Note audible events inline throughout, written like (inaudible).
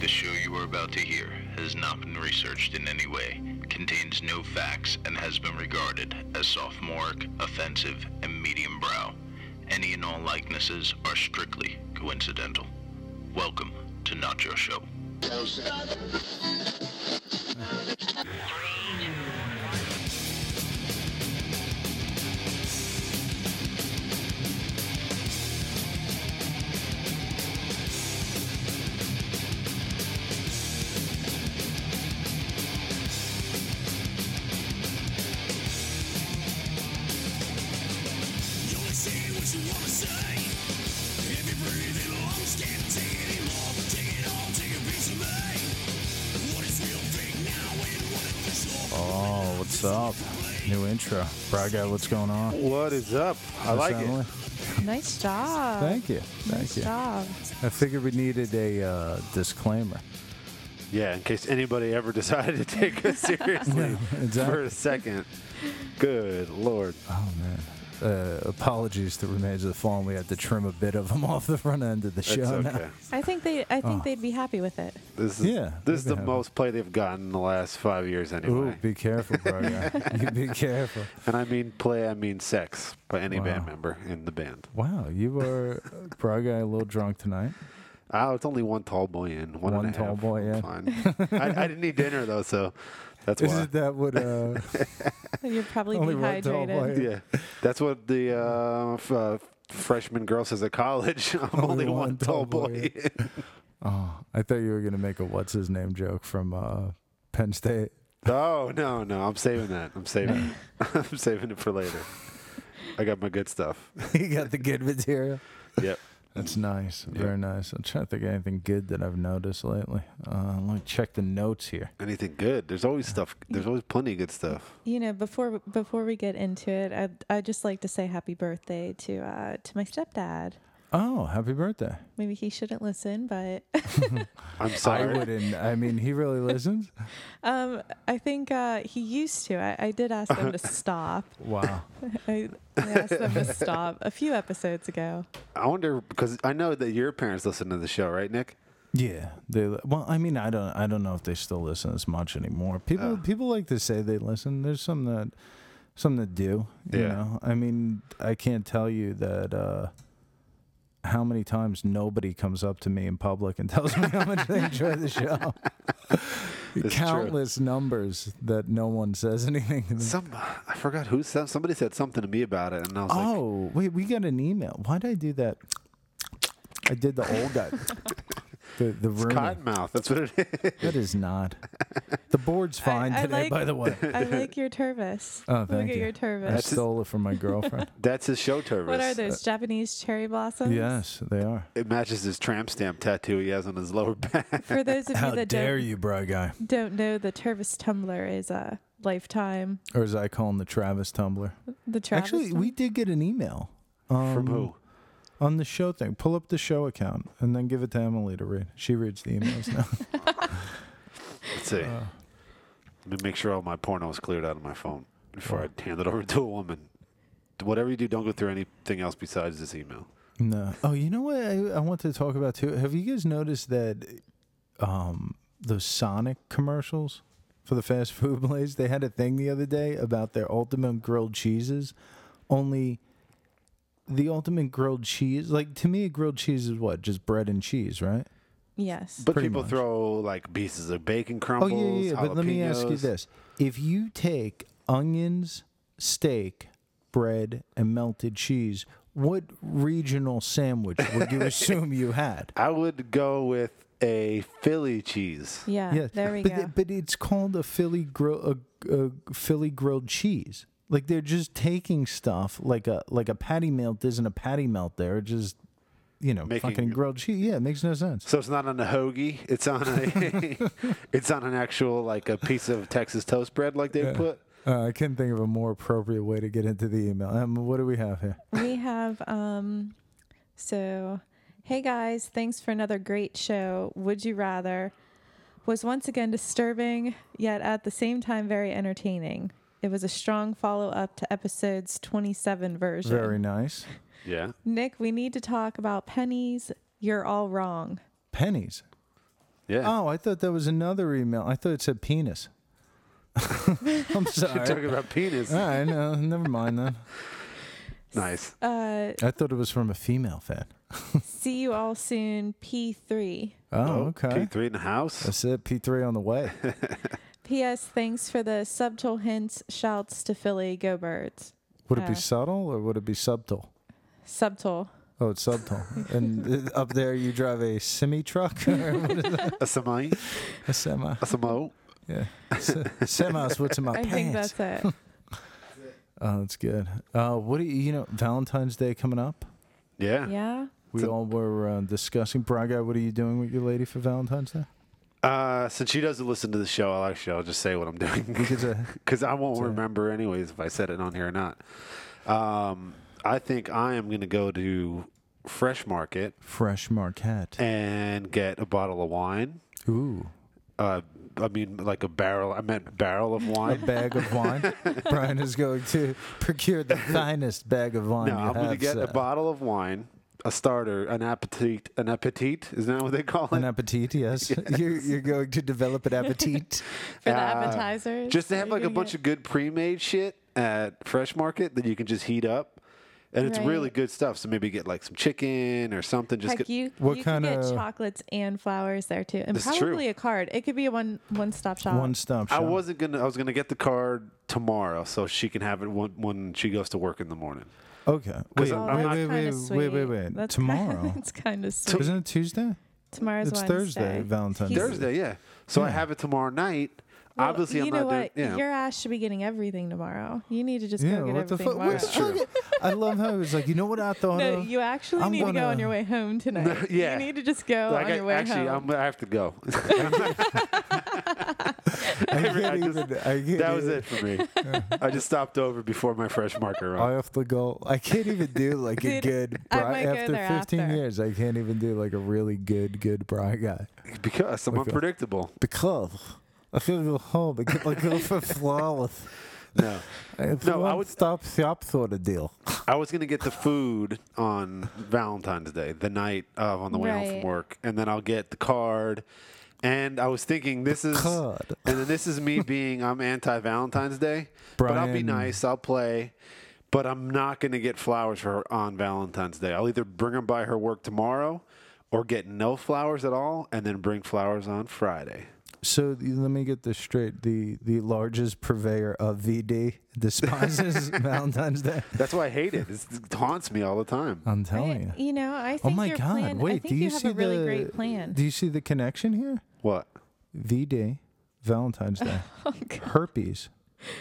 The show you are about to hear has not been researched in any way, contains no facts, and has been regarded as sophomoric, offensive, and medium brow. Any and all likenesses are strictly coincidental. Welcome to Not Your Show. You only say what you wanna say. If you breathe in lungs, can't take it anymore. Take it all, take a piece of me. What is real fake now and what official? Oh, what's up? New intro. Brad guy, what's going on? What is up? I like it. Nice job. Thank you. Thank you. Job. I figured we needed a uh, disclaimer. Yeah, in case anybody ever (laughs) decided to (laughs) take us seriously for exactly. a second. Good lord. Oh, man. Uh, apologies to remains of the fallen. We had to trim a bit of them (laughs) off the front end of the That's show. now. okay. I think they I Oh. think they'd be happy with it. This is Yeah, this is we the can have most play they've gotten in the last five years Ooh, anyway. be careful, bro. (laughs) guy. you be careful. and I mean play, I mean sex by any band Wow. member in the band. Wow, you are bro guy a little drunk tonight. Oh, it's only one tall boy in. One, and One a tall half. boy, yeah. Fine. I, I didn't eat dinner though, so (laughs) that's why. Isn't that what? Uh, (laughs) You're probably Only one tall dehydrated. boy. yeah, that's what the uh, f- uh, freshman girl says at college. (laughs) I'm only, one, tall, boy. oh, I thought you were gonna make a what's his name joke from uh, Penn State. Oh no, no, I'm saving that. I'm saving it. (laughs) I'm saving it for later. I got my good stuff. (laughs) you got the good material. Yep. That's nice. Very nice. I'm trying to think of anything good that I've noticed lately. Uh, let me check the notes here. Anything good? There's always stuff. There's always plenty of good stuff. You know, before before we get into it, I I just like to say happy birthday to uh to my stepdad. Oh, happy birthday. Maybe he shouldn't (laughs) listen, but (laughs) I'm I sorry. wouldn't. I mean, he really listens. um I think uh he used to. I, I did (laughs) ask them to stop. Wow. I, I asked them to stop a few episodes ago. I wonder because I know that your parents listen to the show, right, Nick? Yeah. They well, I mean, I don't I don't know if they still listen as much anymore. People people like to say they listen. There's some that some that do, you Yeah. know. I mean, I can't tell you that uh how many times nobody comes up to me in public and (laughs) tells me how much they enjoy the (laughs) show. It's true. Countless numbers that no one says anything. to me. Some I forgot who said. Somebody said something to me about it, and I was like, Oh, wait, we got an email. Why did I do that? I did the old (laughs) guy. the the room. Cottonmouth. That's what it is. (laughs) That is not. The board's fine I today, like- by the (laughs) way. I like your turvis. Oh, thank Look at you. your I turvis. That's- stole it from my (laughs) girlfriend. That's his show tervis. What are those? Japanese cherry blossoms? yes, they are. It matches his tramp stamp tattoo he has on his lower back. For those of you How that dare don't, you, bro guy? don't know, the Tervis tumbler is a lifetime. Or as I call him, the Travis Tumbler. The Travis Actually, tum- we did get an email. Um, (laughs) From who? On the show thing. Pull up the show account and then give it to Emily to read. She reads the emails now. Let's see. Uh. Let me make sure all my porno is cleared out of my phone before I hand it over to a woman. Whatever you do, don't go through anything else besides this email. No. Oh, you know what I, I want to talk about too? Have you guys noticed that um, those Sonic commercials for the fast (laughs) food place? They had a thing the other day about their ultimate grilled cheeses. Only the ultimate grilled cheese, like to me, a grilled cheese is what? Just bread and cheese, right? Yes. But Pretty people much. throw like pieces of bacon Oh, crumbles. yeah, yeah. yeah. But let me ask you jalapenos. this if you take onions, steak, bread, and melted cheese, what regional sandwich would you assume you had? I would go with a Philly cheese. Yeah. Yes. Ah, There we but go. th- but it's called a Philly grill a, a Philly grilled cheese. Like they're just taking stuff like a like a patty melt isn't a patty melt. They're just you know Making- fucking grilled cheese. Yeah, it makes no sense. So it's not on a hoagie. It's on (laughs) a. it's on an actual like a piece of Texas toast bread like they put. Uh, I couldn't think of a more appropriate way to get into the email. Um, what do we have here? we have, um, so, hey guys, thanks for another great show. Would you rather? Was once again disturbing, yet at the same time very entertaining. It was a strong follow up to episode's 27 (laughs) version. Very nice. Yeah. Nick, we need to talk about pennies. You're all wrong. Pennies. Yeah. Oh, I thought that was another email. I thought it said penis. (laughs) I'm You're talking sorry. about penis. All right, no, never mind then. Nice. Uh, I thought it was from a female fan. see you all soon. P3. Oh, okay. P3 in the house. That's it. P3 on the way. P.S. Thanks for the subtle hints, shouts to Philly. Go birds. Would it Uh. be subtle or would it be subtle? Subtle. Oh, it's (laughs) subtle. and uh, up there, you drive a semi truck or (laughs) what is that? A semi. a semi. A samo. Yeah, Se- semis. What's in my (laughs) I pants? think (laughs) that's it. Oh, that's good. Uh, what do you, you know? Valentine's Day coming up. Yeah. yeah. We all were uh, discussing. Braga, what are you doing with your lady for Valentine's Day? Uh, since she doesn't listen to the show, I'll actually I'll just say what I'm doing (laughs) Because uh, because I won't remember anyways if I said it on here or not. Um, I think I am going to go to Fresh Market fresh Marquette. and get a bottle of wine. Ooh, Uh, I mean, like a barrel. I meant barrel of (laughs) a wine. bag of (laughs) wine. Brian is going to procure the finest bag of wine. No, you I'm going to have, get sir. a bottle of wine, a starter, an appetite, an appetite. Isn't that what they call An it? appetite, (laughs) yes. You're, you're going to develop an appetite. For the Uh, appetizers. Just to have like a bunch of good pre-made shit at Fresh Market that you can just heat up, and it's really Right. good stuff. So maybe get like some chicken or something. Just Heck, get, you, What you could get kinda- chocolates and flowers there too, and This is true. probably a card. It could be a one one (laughs) stop shop. One stop I shop. wasn't gonna. I was gonna get the card tomorrow, so she can have it when, when she goes to work in the morning. Okay. Cause Wait, I'm- Oh, I'm that's not- wait, wait, kinda wait, sweet. wait, wait, wait. That's (laughs) Tomorrow. It's kind of sweet. Isn't it Tuesday? Tomorrow's it's Wednesday. Thursday, Valentine's He's- Day. Thursday, yeah. So I Yeah. have it tomorrow night. Well, Obviously, you I'm know not what? doing. Yeah. Your ass should be getting everything tomorrow. You need to just Yeah, go get what the everything fuck? tomorrow. What's true? I love how it was like, you know what I thought No, of? you actually I'm need to go on gonna- your way home tonight. yeah. You need to just go Like, on I- your way actually, home. I'm, I have to (laughs) go. (laughs) I can't I just- even, I can't that was even- it for me. (laughs) I just stopped over before my fresh market I run. have to go. I can't even do like a (laughs) Dude, good I bra. might go After there 15 after. years, I can't even do like a really good, good bra guy. (laughs) Because I'm Okay. unpredictable. Because I feel go home and (laughs) get like go for flawless. (laughs) No. It's No, I no, I would- would stop shop sort of deal. I was gonna get the food on Valentine's Day, the night of on the way home Right. from work, and then I'll get the card. And I was thinking, this is, card. and then this (laughs) is me being I'm anti Valentine's Day, but I'll be Brian. nice, I'll play, but I'm not gonna get flowers for her on Valentine's Day. I'll either bring them by her work tomorrow, or get no flowers at all, and then bring flowers on Friday. So the- let me get this straight: the the largest purveyor of VD (laughs) despises Valentine's Day. That's why I hate it. It's, it haunts me all (laughs) the time. I'm telling I, you. you know, I Oh think my your God! plan. Wait, I think do you, have see a really the great plan. Do you see the connection here? What? VD, Valentine's (laughs) Day, Oh herpes,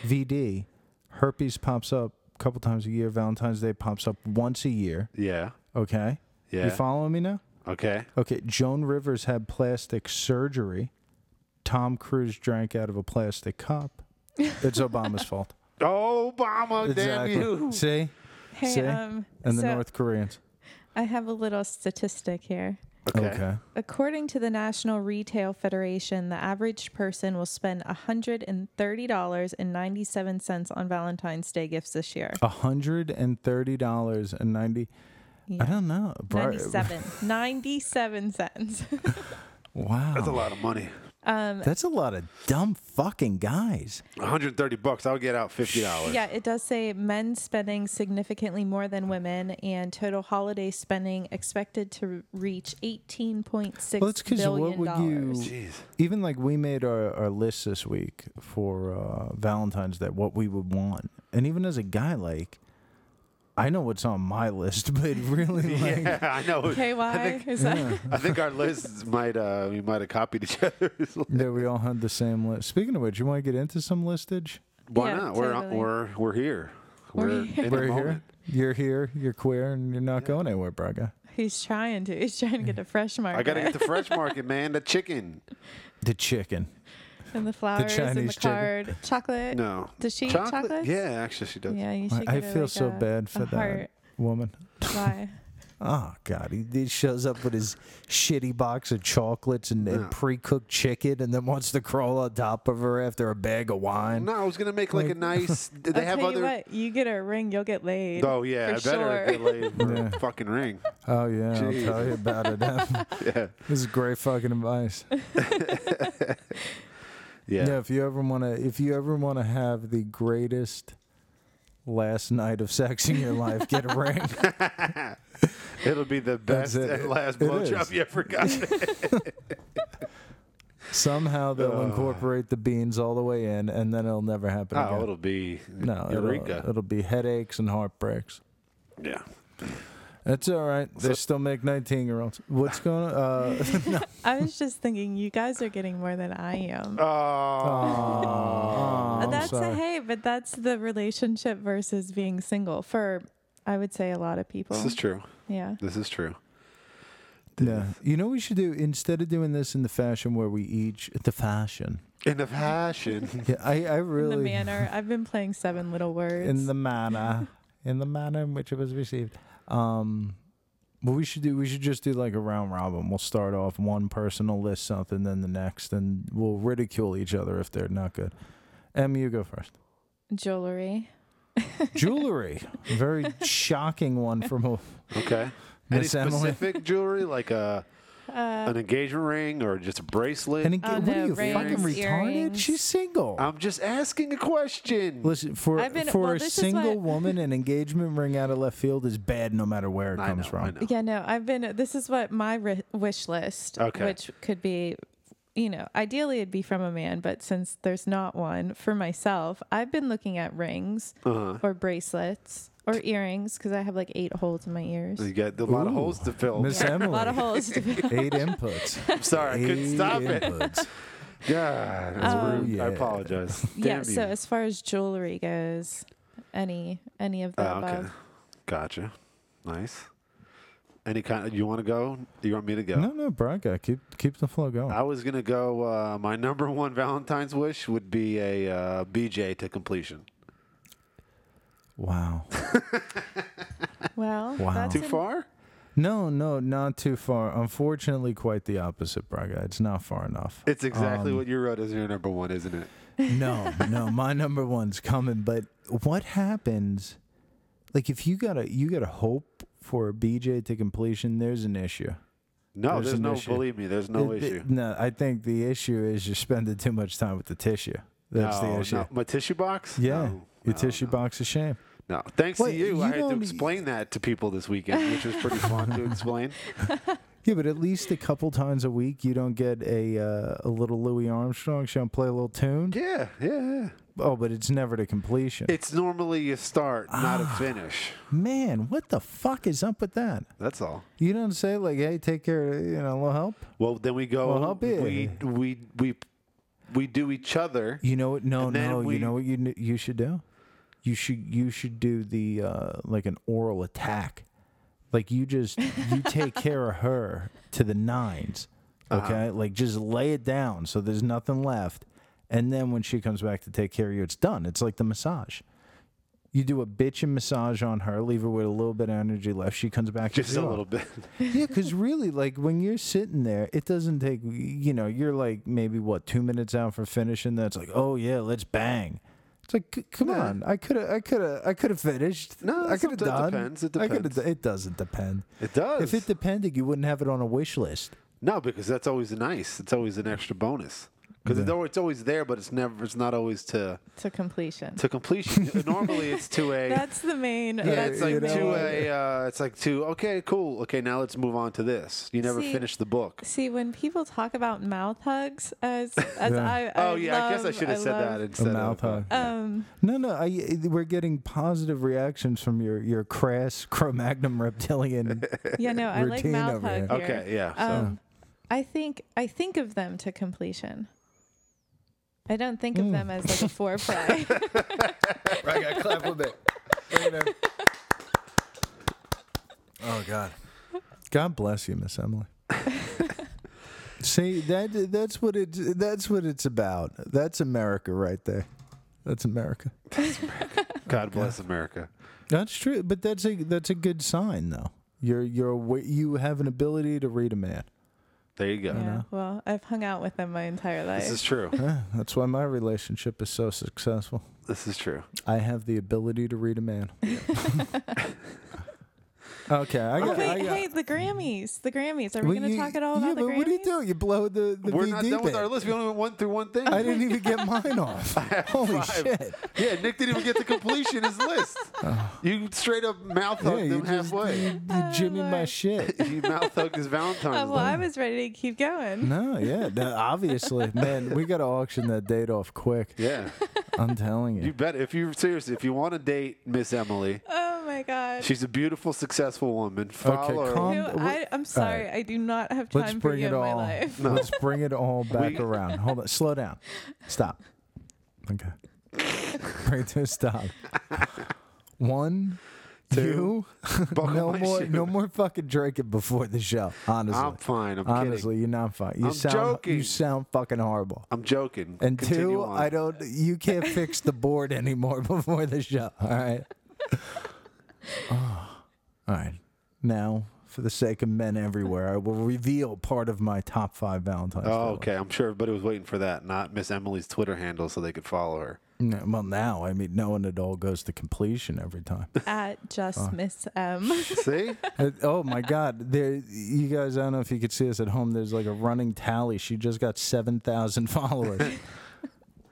VD, herpes pops up a couple times a year. Valentine's Day pops up once a year. Yeah. Okay. Yeah. You following me now? Okay. Okay. Joan Rivers had plastic surgery. Tom Cruise drank out of a plastic cup. (laughs) It's Obama's fault. Oh, Obama, damn you. See? hey, see? um, And the so North Koreans. I have a little statistic here. Okay. According to the National Retail Federation, the average person will spend $130.97 on Valentine's Day gifts this year. hundred and thirty dollars and ninety. I don't know. Bar- 97. 97 cents. Wow. That's a lot of money. That's a lot of dumb fucking guys. 130 bucks. I'll get out $50. yeah, it does say men spending significantly more than women and total holiday spending expected to reach eighteen point six Well, it's because billion what would (laughs) dollars. you? Jeez. Even like we made our, our list this week for uh, Valentine's Day, what we would want, and even as a guy, like I know what's on my list, (laughs) but really, like (laughs) Yeah, I know. KY is that I think our lists might uh we might have copied each (laughs) other's. list. yeah, we all had the same list. Speaking of which, you want to get into some listage? Why Yeah, not? We're on- totally. we're we're here. We're here. in the We're here. moment. You're here. You're queer, and you're not going anywhere, Braga. (laughs) he's trying to. He's trying to get the fresh market I gotta get the fresh market, man. The chicken. The chicken. (laughs) and the flowers and the Chinese chicken. card, chocolate. No. Does she eat chocolates? Yeah, actually she does. Yeah, you should. I, I get her, feel like, so a- bad for a that heart. woman. Why? Oh God, he, he shows up with (laughs) his shitty box of chocolates and, and pre-cooked chicken, and then wants to crawl on top of her after a bag of wine. No, I was gonna make like a nice. Did (laughs) they I'll have tell other? you what, you get a ring, you'll get laid. Oh yeah, I for better sure. get laid for (laughs) a fucking ring. Oh yeah, Jeez. I'll tell you about (laughs) it. (laughs) Yeah, this is great fucking advice. yeah. Yeah, if you ever want to, if you ever want to have the greatest last night of sex in your life, get a ring. It'll be the That's best it. and (laughs) last It blowjob is. you (laughs) ever got. Somehow they'll incorporate the beans all the way in, and then it'll never happen oh, again. it'll be no, Eureka. It'll, it'll be headaches and heartbreaks. yeah. That's all right. They still make nineteen-year-olds. What's going on? (laughs) Uh, I was just thinking, you guys are getting more than I am. Oh, Uh, that's sorry. a hey, but that's the relationship versus being single for, I would say, a lot of people. this is true. Yeah. This is true. yeah. You know what we should do instead of doing this in the fashion where we each the fashion. In the (laughs) fashion. Yeah, I I really In the (laughs) manner, I've been playing seven little words. in the manner in the manner in which it was received. Um, what we should do, we should just do like a round robin. We'll start off one person will list something, then the next, and we'll ridicule each other if they're not good. Em, you go first. jewelry. (laughs) Jewelry, very shocking one from (laughs) a Okay. Any Miss Emily. specific jewelry, like a an engagement ring or just a bracelet? and again, Oh, what are Uh, no, you fucking rings, retarded? earrings. She's single. I'm just asking a question. Listen for I've been- for well, a this is single (laughs) what- woman, an engagement ring out of left field is bad, no matter where it I comes know, from. I know. Yeah, no, I've been. This is what my ri- wish list, Okay. which could be, you know, ideally it'd be from a man, but since there's not one for myself, I've been looking at rings Uh-huh. or bracelets or earrings because I have like eight holes in my ears. You got a lot of Ooh. holes to fill. Miss Yeah, Emily, (laughs) a lot of holes. to fill. eight inputs. (laughs) I'm sorry, I couldn't Eight stop it. inputs. God, that's rude. yeah. I apologize. Um, yeah. Damn So you. as far as jewelry goes, any any of the Oh, above. okay. Gotcha. Nice. Any kind? you want to go? You want me to go? No, no, Braga, keep keep the flow going. I was gonna go. Uh, my number one Valentine's wish would be a uh, BJ to completion. Wow. Well, (laughs) Wow. that's Too in- far? No, no, not too far. Unfortunately, quite the opposite, Braga. It's not far (laughs) enough. It's exactly what you wrote as your number one, isn't it? no, no, my number one's coming. But what happens? Like, if you gotta you gotta hope for a BJ to completion, there's an issue. No, There's there's, an no. issue. Believe me, there's no It- it- issue. no, I think the issue is you're spending too much time with the tissue. That's no, the issue. no. My tissue box? Yeah, No, your no, tissue no. box of shame. No, thanks Wait, to you, e- you I had to don't- explain that to people this weekend, which was pretty fun (laughs) to explain. Yeah, but at least a couple times a week, you don't get a uh, a little Louis Armstrong show and play a little tune. Yeah, yeah, yeah. Oh, but it's never to completion. It's normally a start, not a finish. Man, what the fuck is up with that? That's all. You don't say like, "Hey, take care," you know, a little help. Well, then we go. Well, how big? we we we we do each other. You know what? No, And then no. we- You know what you kn- you should do? You should you should do the uh, like an oral attack. Like you just (laughs) you take care of her to the nines, okay? Like just lay it down so there's nothing left, and then when she comes back to take care of you, it's done. It's like the massage. You do a bitch and massage on her, leave her with a little bit of energy left. She comes back Just a zero. little bit. (laughs) Yeah, because really, like when you're sitting there, it doesn't take. You know, you're like maybe what two minutes out for finishing. That's like, oh yeah, let's bang. It's like, c- come Yeah. on, I could have, I could have, I could have finished. No, I could have sometimes it done. depends, it I coulda depends. d- it doesn't depend. It does. If it depended, you wouldn't have it on a wish list. No, because that's always nice. It's always an extra bonus. Because it's, al- it's always there, but it's never. It's not always to to completion. to (laughs) completion. Normally, it's to a. that's the main. yeah, that's it's the like main. to a. Uh, it's like to. Okay, cool. Okay, now let's move on to this. You never See- finish the book. See, when people talk about mouth hugs, as (laughs) as I, I oh yeah, I guess I love- should have said love- that instead. mouth of, uh, hug. (laughs) Um, No, no, I, we're getting positive reactions from your your crass Cro-Magnon reptilian. yeah, no, I like Routine mouth over hug. here. here. Okay, yeah, so- Um, I think I think of them to completion. I don't think Mm. of them as like (laughs) a foreplay. I got clap with it. Bring it in. Oh God. God bless you, Miss Emily. See that that's what it that's what it's about. That's America right there. That's America. God bless America. That's true, but that's a that's a good sign though. You're you're awa- you have an ability to read a man. There you go. Yeah. Well, I've hung out with them my entire life. This is true. Yeah, that's why my relationship is so successful. this is true. I have the ability to read a man. (laughs) okay, I oh got. I wait, got- hey, the Grammys. The Grammys. Are we Well, going to you- talk at all yeah, about the but Grammys? what do you do? You blow the the We're VD not done with band. our list. We only went one through one thing. I didn't even get (laughs) mine off. Holy shit! yeah, Nick didn't even get to completion (laughs) his list. You straight up mouth hugged Oh. you him halfway. You jimmy my Oh, Lord. shit. you mouth hugged his Valentine's. Oh, well, I Day. was ready to keep going. No, yeah, no, obviously, man, we got to auction that date off quick. Yeah, I'm telling you you. bet. If you seriously, if you want to date Miss Emily, Oh my God. she's a beautiful, successful woman. Follow her. calm- You know, Um, I, I'm sorry. I do not have time Let's for bring you it in my all. (laughs) life. Let's bring it all back (laughs) We- around. Hold on, slow down, stop. (laughs) Okay, bring it to a stop. One, two. (laughs) Buckle no my more, shoe. no more fucking drinking before the show. Honestly, I'm fine. I'm honestly, kidding. you're not fine. You I'm sound, joking. you sound fucking horrible. I'm joking. And Continue two, on. I don't. You can't fix the board anymore (laughs) before the show. All (laughs) right. Oh, all right. Now, for the sake of men everywhere, I will reveal part of my top five Valentine's. Day Oh, list. okay. I'm sure everybody was waiting for that, not Miss Emily's Twitter handle, so they could follow her. No, well, now I mean, knowing it all goes to completion every time. At just Miss M. See? (laughs) Uh, oh my God! There, you guys. I don't know if you could see us at home. There's like a running tally. She just got seven thousand (laughs) followers.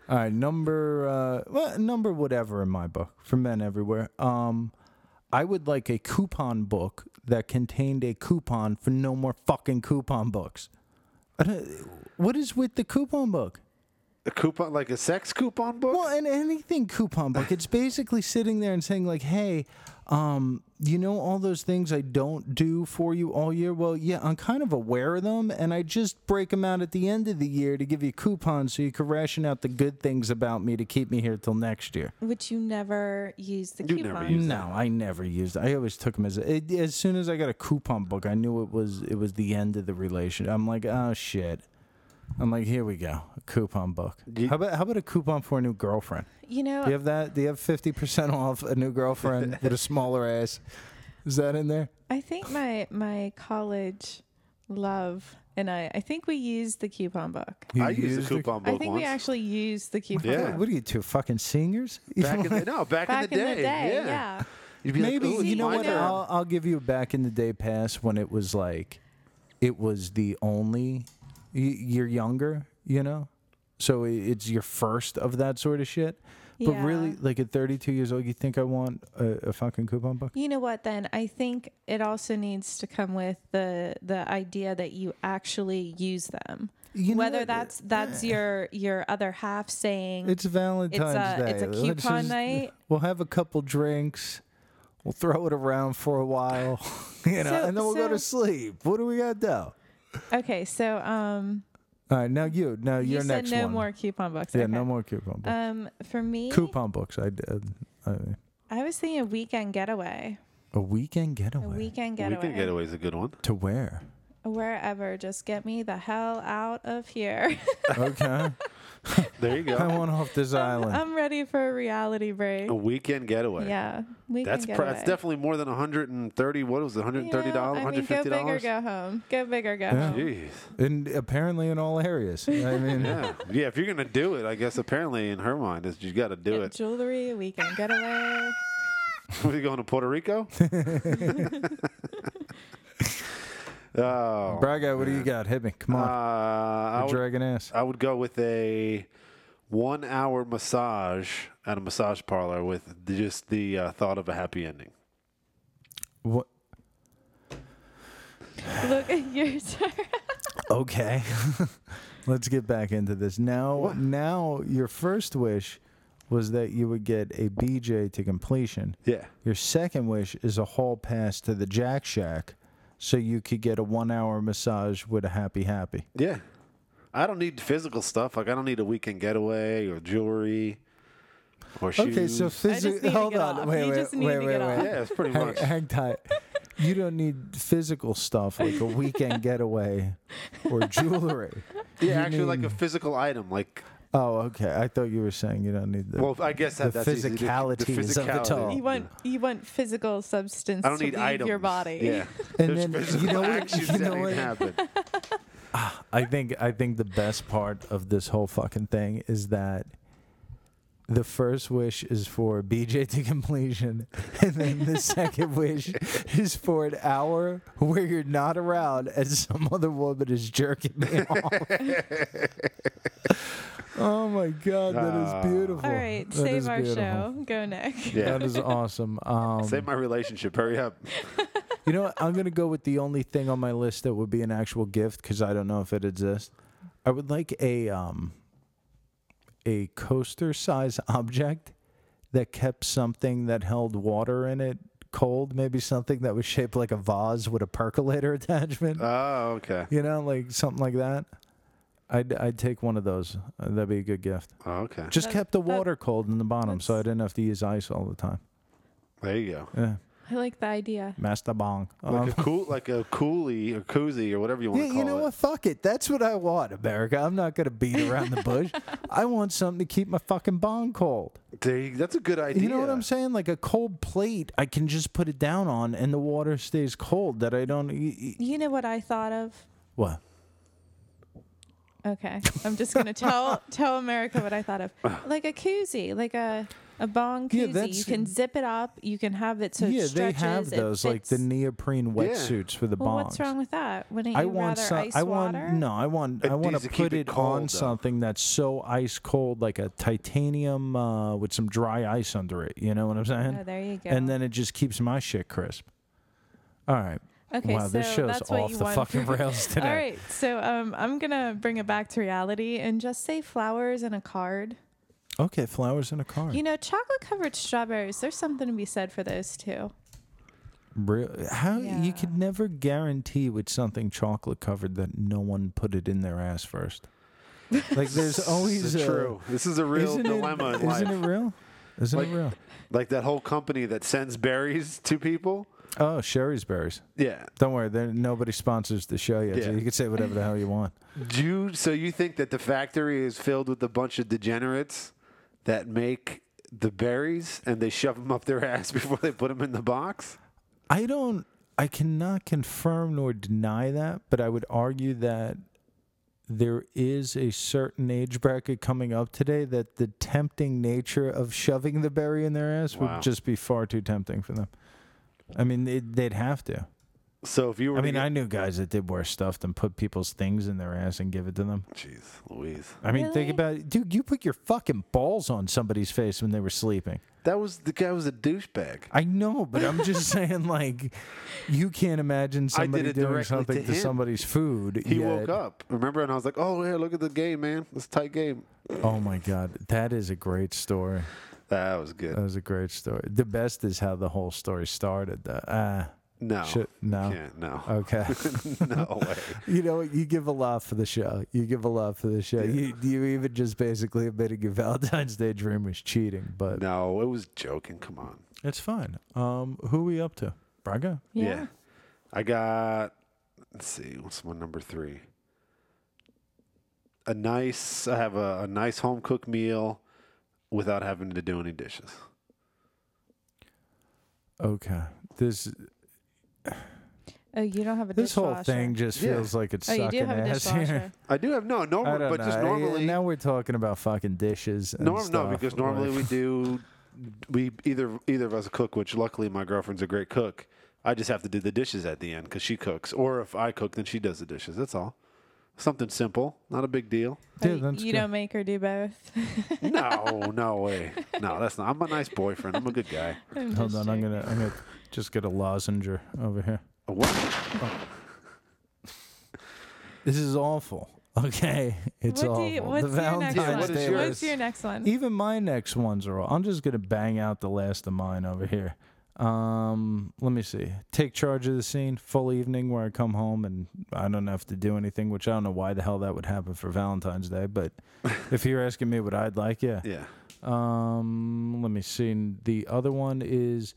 All right, number uh, well, number whatever in my book for men everywhere. Um, I would like a coupon book that contained a coupon for no more fucking coupon books. I don't- What is with the coupon book? a coupon, like a sex coupon book. Well, and anything coupon book, it's basically sitting there and saying like, "Hey, um, you know all those things I don't do for you all year. Well, yeah, I'm kind of aware of them, and I just break them out at the end of the year to give you coupons so you can ration out the good things about me to keep me here till next year." Which you never use the You coupon. never use No, I never used. It. I always took them as it, as soon as I got a coupon book, I knew it was it was the end of the relation. I'm like, oh shit. I'm like, here we go, a coupon book. You- how about how about a coupon for a new girlfriend? You know, Do you have that? Do you have fifty percent off a new girlfriend with a smaller ass? Is that in there? I think my my college love and I, I think we used the coupon book. I used a coupon book I think once. we actually used the coupon Yeah. book. What are you two fucking (laughs) singers? You back in know the, no, back, Back in the day. yeah. yeah. You'd be what? maybe like, "Ooh, you know my what? turn." I'll, I'll give you a back in the day pass when it was like, it was the only. y- You're younger, you know, so i- it's your first of that sort of shit. But Yeah. really, like at 32 years old, you think I want a, a fucking coupon book? You know what then? I think it also needs to come with the the idea that you actually use them. You know Whether what? that's that's your your other half saying It's Valentine's a- Day. it's a Let's (laughs) coupon night. We'll have a couple drinks. We'll throw it around for a while, (laughs) you know, So- and then we'll go to so- sleep. What do we got to do? All Okay, so um right, now you, now you your said next no one. more coupon books. yeah, okay. no more coupon books. Um for me coupon books. I, uh, I I was thinking a weekend getaway. a weekend getaway A weekend We uh, getaway. can get away is a good one. to where? Wherever, just get me the hell out of here. (laughs) Okay, There (laughs) you I go. want off this Um, island. I'm ready for a reality break. a weekend getaway. Yeah, weekend That's pr- getaway. that's definitely more than 130. What was it? 130 dollars, I mean, 150 Go big or dollars. go home. Go big or go Yeah. home. Jeez. and apparently in all areas. I mean, (laughs) Yeah. yeah. If you're gonna do it, I guess apparently in her mind is you got to do (laughs) Get it. jewelry, weekend getaway. we going to Puerto (laughs) Rico? oh. Braga, what do you got? Hit me. Come Uh, on, I You're would- dragging ass. I would go with a one hour massage at a massage parlor with the- just the uh, thought of a happy ending. What? Look at your (laughs) turn. Okay. (laughs) Let's get back into this. Now now your first wish was that you would get a BJ to completion. Yeah. Your second wish is a hall pass to the Jack Shack so you could get a 1-hour massage with a happy happy. Yeah. I don't need physical stuff. Like I don't need a weekend getaway or jewelry or shoes. Okay, so just need physical to Hold get on. off. Wait, You wait, just need wait, to wait, get wait. off. yeah, (laughs) it's pretty Hang, much. hang tight. You don't need physical stuff like a weekend getaway or jewelry. Yeah, actually, like a physical item, like Oh, okay. I thought you were saying you don't need the. Well, I guess that, The that's easy. physicality is of the tongue. You want you want physical substance I don't to need leave items. your body. Yeah. (laughs) And There's then, you physical know what- actions you that know need to what? happen. (laughs) I think I think the best part of this whole fucking thing is that the first wish is for BJ (laughs) to completion, and then the second wish is for an hour where you're not around and some other woman is jerking me (laughs) off. oh my god, that Ah. is beautiful. All right, That save is our beautiful. show. Go Nick. (laughs) Yeah. That is awesome. Um, Save my relationship. Hurry up. you know what? I'm going to go with the only thing on my list that would be an actual gift because I don't know if it exists. I would like a um, a coaster size (laughs) object that kept something that held water in it cold, maybe something that was shaped like a vase with a percolator (laughs) attachment. Oh, okay. you know, like something like that. I'd, I'd take one of those. Uh, that'd be a good gift. Oh, okay. Just That's- kept the that- water cold in the bottom so I didn't have to use ice all the time. There you go. Yeah. I like the idea. Master Bong. Um, Like a cool, like a coolie or koozie or whatever you want Yeah, to call you know it. what? Fuck it. That's what I want, America. I'm not going to beat around the (laughs) bush. I want something to keep my fucking bong cold. There you- that's a good idea. You know what I'm saying? Like a cold plate, I can just put it down on, and the water stays cold. That I don't. y- y- You know what I thought of? What? Okay, I'm just (laughs) gonna tell tell America what I (sighs) thought of. Like a koozie, like a a bong Yeah, koozie. that's- you can zip it up. You can have it so yeah, it they stretches. have it those, like the fits. neoprene wetsuits for the Well, bongs. what's wrong with that? Wouldn't you I want rather some. ice I want water? no. I want. It I want needs to to keep put it it, cold, on though. something that's so ice cold, like a titanium uh, with some dry ice under it. You know what I'm saying? Oh, there you go. And then it just keeps my shit crisp. All right. Okay, wow, this so show's that's what off you the want fucking for- (laughs) rails today. All right, so um, I'm gonna bring it back to reality and just say flowers and a card. Okay, flowers in a car. You know, chocolate covered strawberries. There's something to be said for those too. Real- How Yeah. you could never guarantee with something chocolate covered that no one put it in their ass (laughs) first. Like there's always This is a, true. This is a real isn't it- dilemma in life. Isn't it real? Isn't it Like- real? Like that whole company that sends berries to people. Oh, Sherry's berries. Yeah. Don't worry, there nobody sponsors the show yet, so Yeah. you can say whatever the hell you want. Do you, so you think that the factory is filled with a bunch of degenerates that make the berries and they shove them up their (laughs) ass before they put them in the box? I don't. I cannot confirm nor deny that, but I would argue that there is a certain age bracket coming up today that the tempting nature of shoving the berry in their ass Wow. would just be far too tempting for them. I mean, they'd, they'd have to. So if you were, I to mean, get- I knew guys that did worse stuff than put people's things in their ass and give it to them. jeez, Louise, I mean, think Really? about it. Dude, you put your fucking balls on somebody's face when they were sleeping. that was the guy was a douchebag. I know, but I'm (laughs) just saying, like, you can't imagine I did somebody it doing directly something to to, him. somebody's food. He yet- woke up. Remember, and I was like, "Oh yeah, look at the game, man. It's a tight game." Oh my god, that is a great story. That was good. That was a great story. The best is how the whole story started. Though. Uh, no, shit, no. Uh, yeah, no, okay. (laughs) no way. you know, what? you give a lot for the show. You give a lot for the show. You, you even just basically admitted your (laughs) Valentine's Day dream was cheating, but No, it was joking. Come on. it's fine. Um, who we up to? Braga. Yeah. I got. Let's see. What's my number three? A nice. I have a, a nice home cooked meal, without having to do any dishes. Okay. This Oh, you don't have a this dishwasher. whole thing just Yeah. feels like it's Oh, you sucking do have a ass here. (laughs) dishwasher. I do have no I normal, don't but know. just I- normally. now we're talking about fucking dishes. And Norm, stuff. no, because normally like- (laughs) we do. We either either of us cook, which luckily my girlfriend's a great cook. I just have to do the dishes at the end because she cooks, or if I cook, then she does the dishes. That's all. Something simple, not a big deal. Oh, Yeah, y- that's you good. don't make her do both. (laughs) No, no way. No, that's not. I'm a nice boyfriend. I'm a good guy. I'm Hold just on, I'm joking. gonna I'm gonna just get a lozenger over here. A what? This is awful. (laughs) Okay, it's what awful. do you, what's, the your next Valentine's one? what is Day E- yours? what's your next one? Even my next ones are all. I'm just gonna bang out the last of mine over here. Um, let me see. Take charge of the scene. Full evening where I come home and I don't have to do anything. Which I don't know why the hell that would happen for Valentine's Day. (laughs) But if you're asking me what I'd like, yeah. Yeah. Um, let me see. The other one is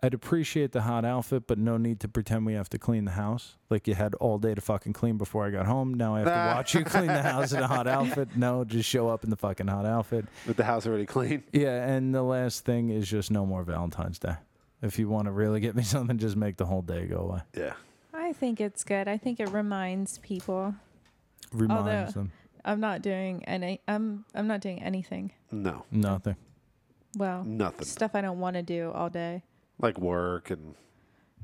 I'd appreciate the hot outfit, but no need to pretend we have to clean the house. Like you had all day to fucking clean before I got home. Now I have to watch you clean the house in a hot outfit. No, just show up in the fucking hot outfit. with the house already clean. Yeah, and the last thing is just no more Valentine's Day. If you want to really get me (laughs) something, just make the whole day go away. Yeah. I think it's good. I think it reminds people. Reminds Although- them I'm not doing any. I'm I'm not doing anything. No, nothing. Well, Nothing. stuff I don't want to do all day. like work and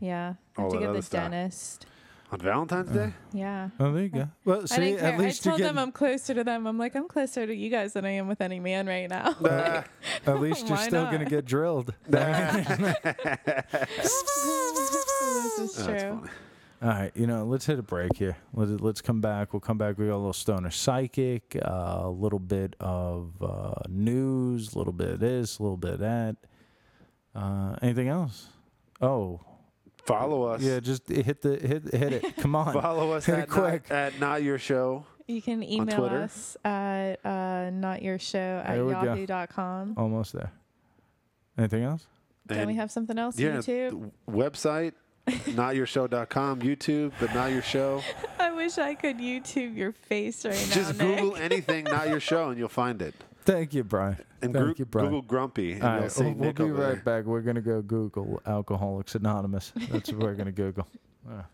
Yeah, I All have to that go to other the stuff. dentist. on Valentine's Day. Yeah. Oh, there you go. Well, I see, didn't care. at least I you're told them getting, I'm closer to them. I'm like I'm closer to you guys than I am with any man right now. Ah, at (laughs) least you're Why still not? gonna get drilled. (laughs) this is true. that's funny. All right, you know, let's hit a break here. Let's, let's come back. We'll come back. We got a little stoner psychic, uh, a little bit of uh, news, a little bit of this, a little bit of that. Uh, anything else? Oh, Follow us. yeah, just hit the hit hit it. Come on, Follow (laughs) us hit at, it quick. Not, at Not Your Show. You can email Twitter. us at uh, notyourshow at There we go. yahoo.com. Almost there. Anything else? Don't Oh, And we have something else? yeah, YouTube. the Website, notyourshow.com, YouTube, but Not Your (laughs) Show. I wish I could YouTube your face right now. Just Nick. Google anything Not Your Show and you'll find it. Thank you, Brian. And Thank group, you, Brian. Google Grumpy and All you'll right, see we'll, we'll Nick be over right there. back. We're gonna go Google Alcoholics Anonymous. That's what we're gonna (laughs) Google. All right.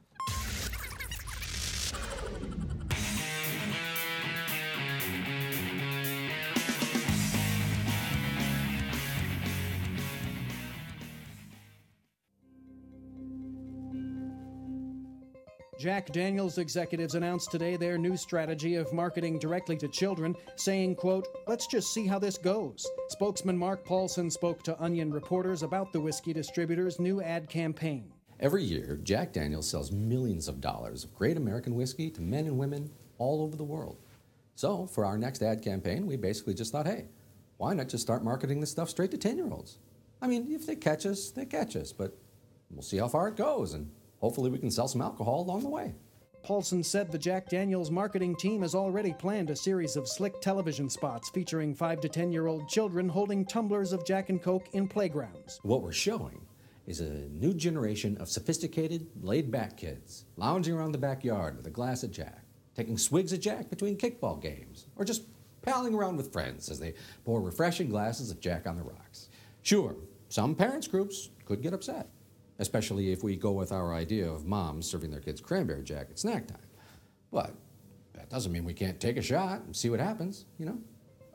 Jack Daniels executives announced today their new strategy of marketing directly to children, saying, quote, "Let's just see how this goes." Spokesman Mark Paulson spoke to Onion reporters about the whiskey distributor's new ad campaign. Every year, Jack Daniels sells millions of dollars of great American whiskey to men and women all over the world. So, for our next ad campaign, we basically just thought, hey, why not just start marketing this stuff straight to 10 year olds? I mean, if they catch us, they catch us, but we'll see how far it goes, and hopefully we can sell some alcohol along the way. Paulson said the Jack Daniels marketing team has already planned a series of slick television spots featuring 5 to 10 year old children holding tumblers of Jack and Coke in playgrounds. What we're showing is a new generation of sophisticated, laid back kids lounging around the backyard with a glass of Jack, taking swigs of Jack between kickball games, or just palling around with friends as they pour refreshing glasses of Jack on the rocks. Sure, some parents' groups could get upset, especially if we go with our idea of moms serving their kids cranberry Jack at snack time. But that doesn't mean we can't take a shot and see what happens, you know?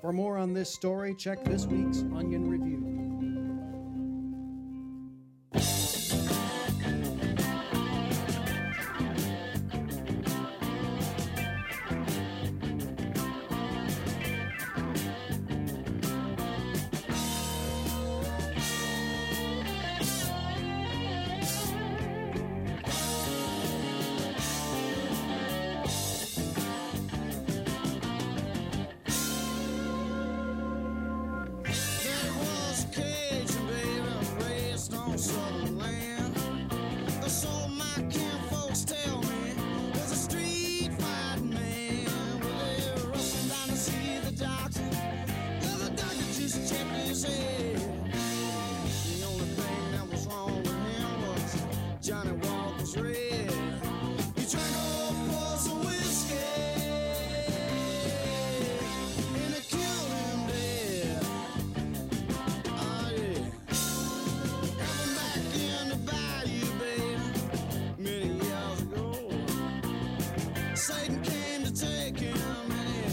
For more on this story, check this week's Onion Review. There was a cage, baby, raised on some land. That's all my kinfolks tell me. There's a street fighting man. Well, they rushed down to see the doctor. Well, the doctor just kept his head. The only thing that was wrong with him was Johnny Walker's red. He drank all pours of whiskey. And it killed him dead. Oh yeah, coming back in the bayou, baby. Many years ago, Satan came to take him and he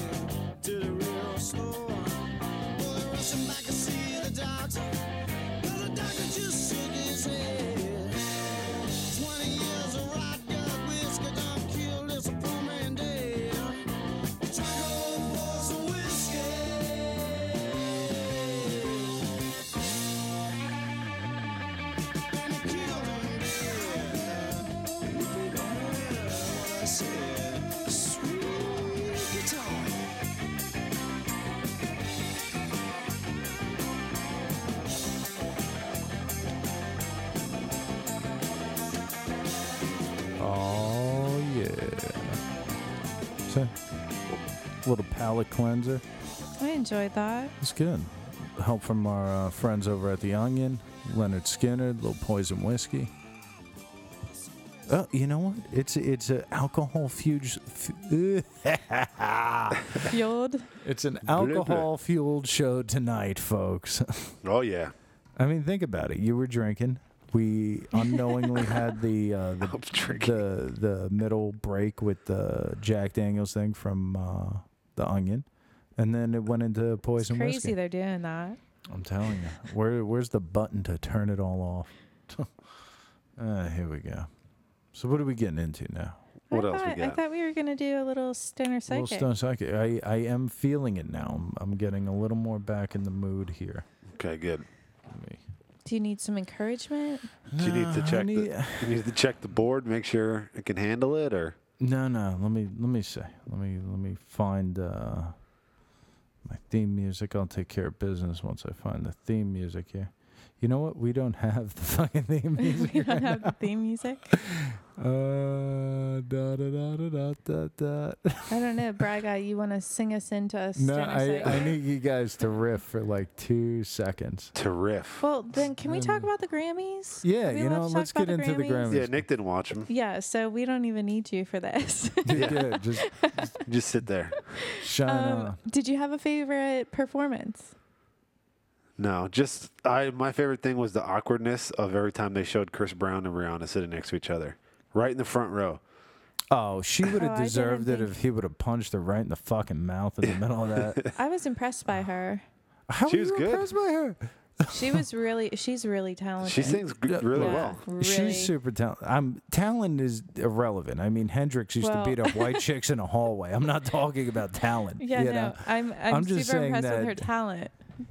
did it real slow. Boy, rushing back to see the doctor, but the doctor just shook his head. Twenty years of rot gut whiskey done killed this poor man dead. Drink old boys of whiskey. Oh yeah. So, little palate cleanser. (laughs) I enjoyed that. (laughs) It's good. Help from our uh, friends over at the Onion. Leonard Skinner, little poison whiskey. Oh, you know what? It's it's an alcohol fuge. (laughs) Fueled. it's an alcohol fueled show tonight, folks. Oh yeah, (laughs) (laughs) I mean, think about it. You were drinking. (laughs) We unknowingly had the uh, the, was drinking. the the middle break with the Jack Daniels thing from uh, the Onion, and then it went into poison Crazy whiskey. they're doing that. I'm telling you. Where where's the button to turn it all off? (laughs) uh, here we go. So what are we getting into now? What I else we thought, I got? thought we were gonna do a little stoner Little psychic. Stone Psychic. I, I am feeling it now. I'm, I'm getting a little more back in the mood here. okay, good. Let me- Do you need some encouragement? (laughs) (laughs) Do you need to Uh, check? honey- The, you need to check the board, make sure it can handle it, or No, no. Let me let me say. Let me let me find uh, my theme music. I'll take care of business once I find the theme music here. You know what? We don't (laughs) have the fucking (laughs) theme music. we don't have the theme music. Uh, da da da da da da da. I don't know, Braga. You want to sing us into a No, stoner I, psychic? I need you guys to riff for like two seconds. to riff. Well, then, can we talk about the Grammys? Um, Yeah, Are we you allowed know, to let's talk get about into the Grammys. yeah, Nick didn't (laughs) watch him. Yeah, so we don't even need you for this. Yeah, just Just sit there. shine um, on. did you have a favorite performance? No, just I. My favorite thing was the awkwardness of every time they showed Chris Brown and Rihanna sitting next to each other, right in the front row. Oh, she would Oh, I have didn't deserved it think- if he would have punched her right in the fucking mouth in the middle of that. (laughs) I was impressed by her. How She were was you good. impressed by her? She (laughs) was really, she's really talented. She sings g- really Yeah, well. really. She's super talented. I'm talent is irrelevant. I mean, Hendrix used Well- to beat up white chicks in a hallway. I'm not talking about talent. Yeah, you no, know? I'm, I'm, I'm just super saying impressed with that- her talent.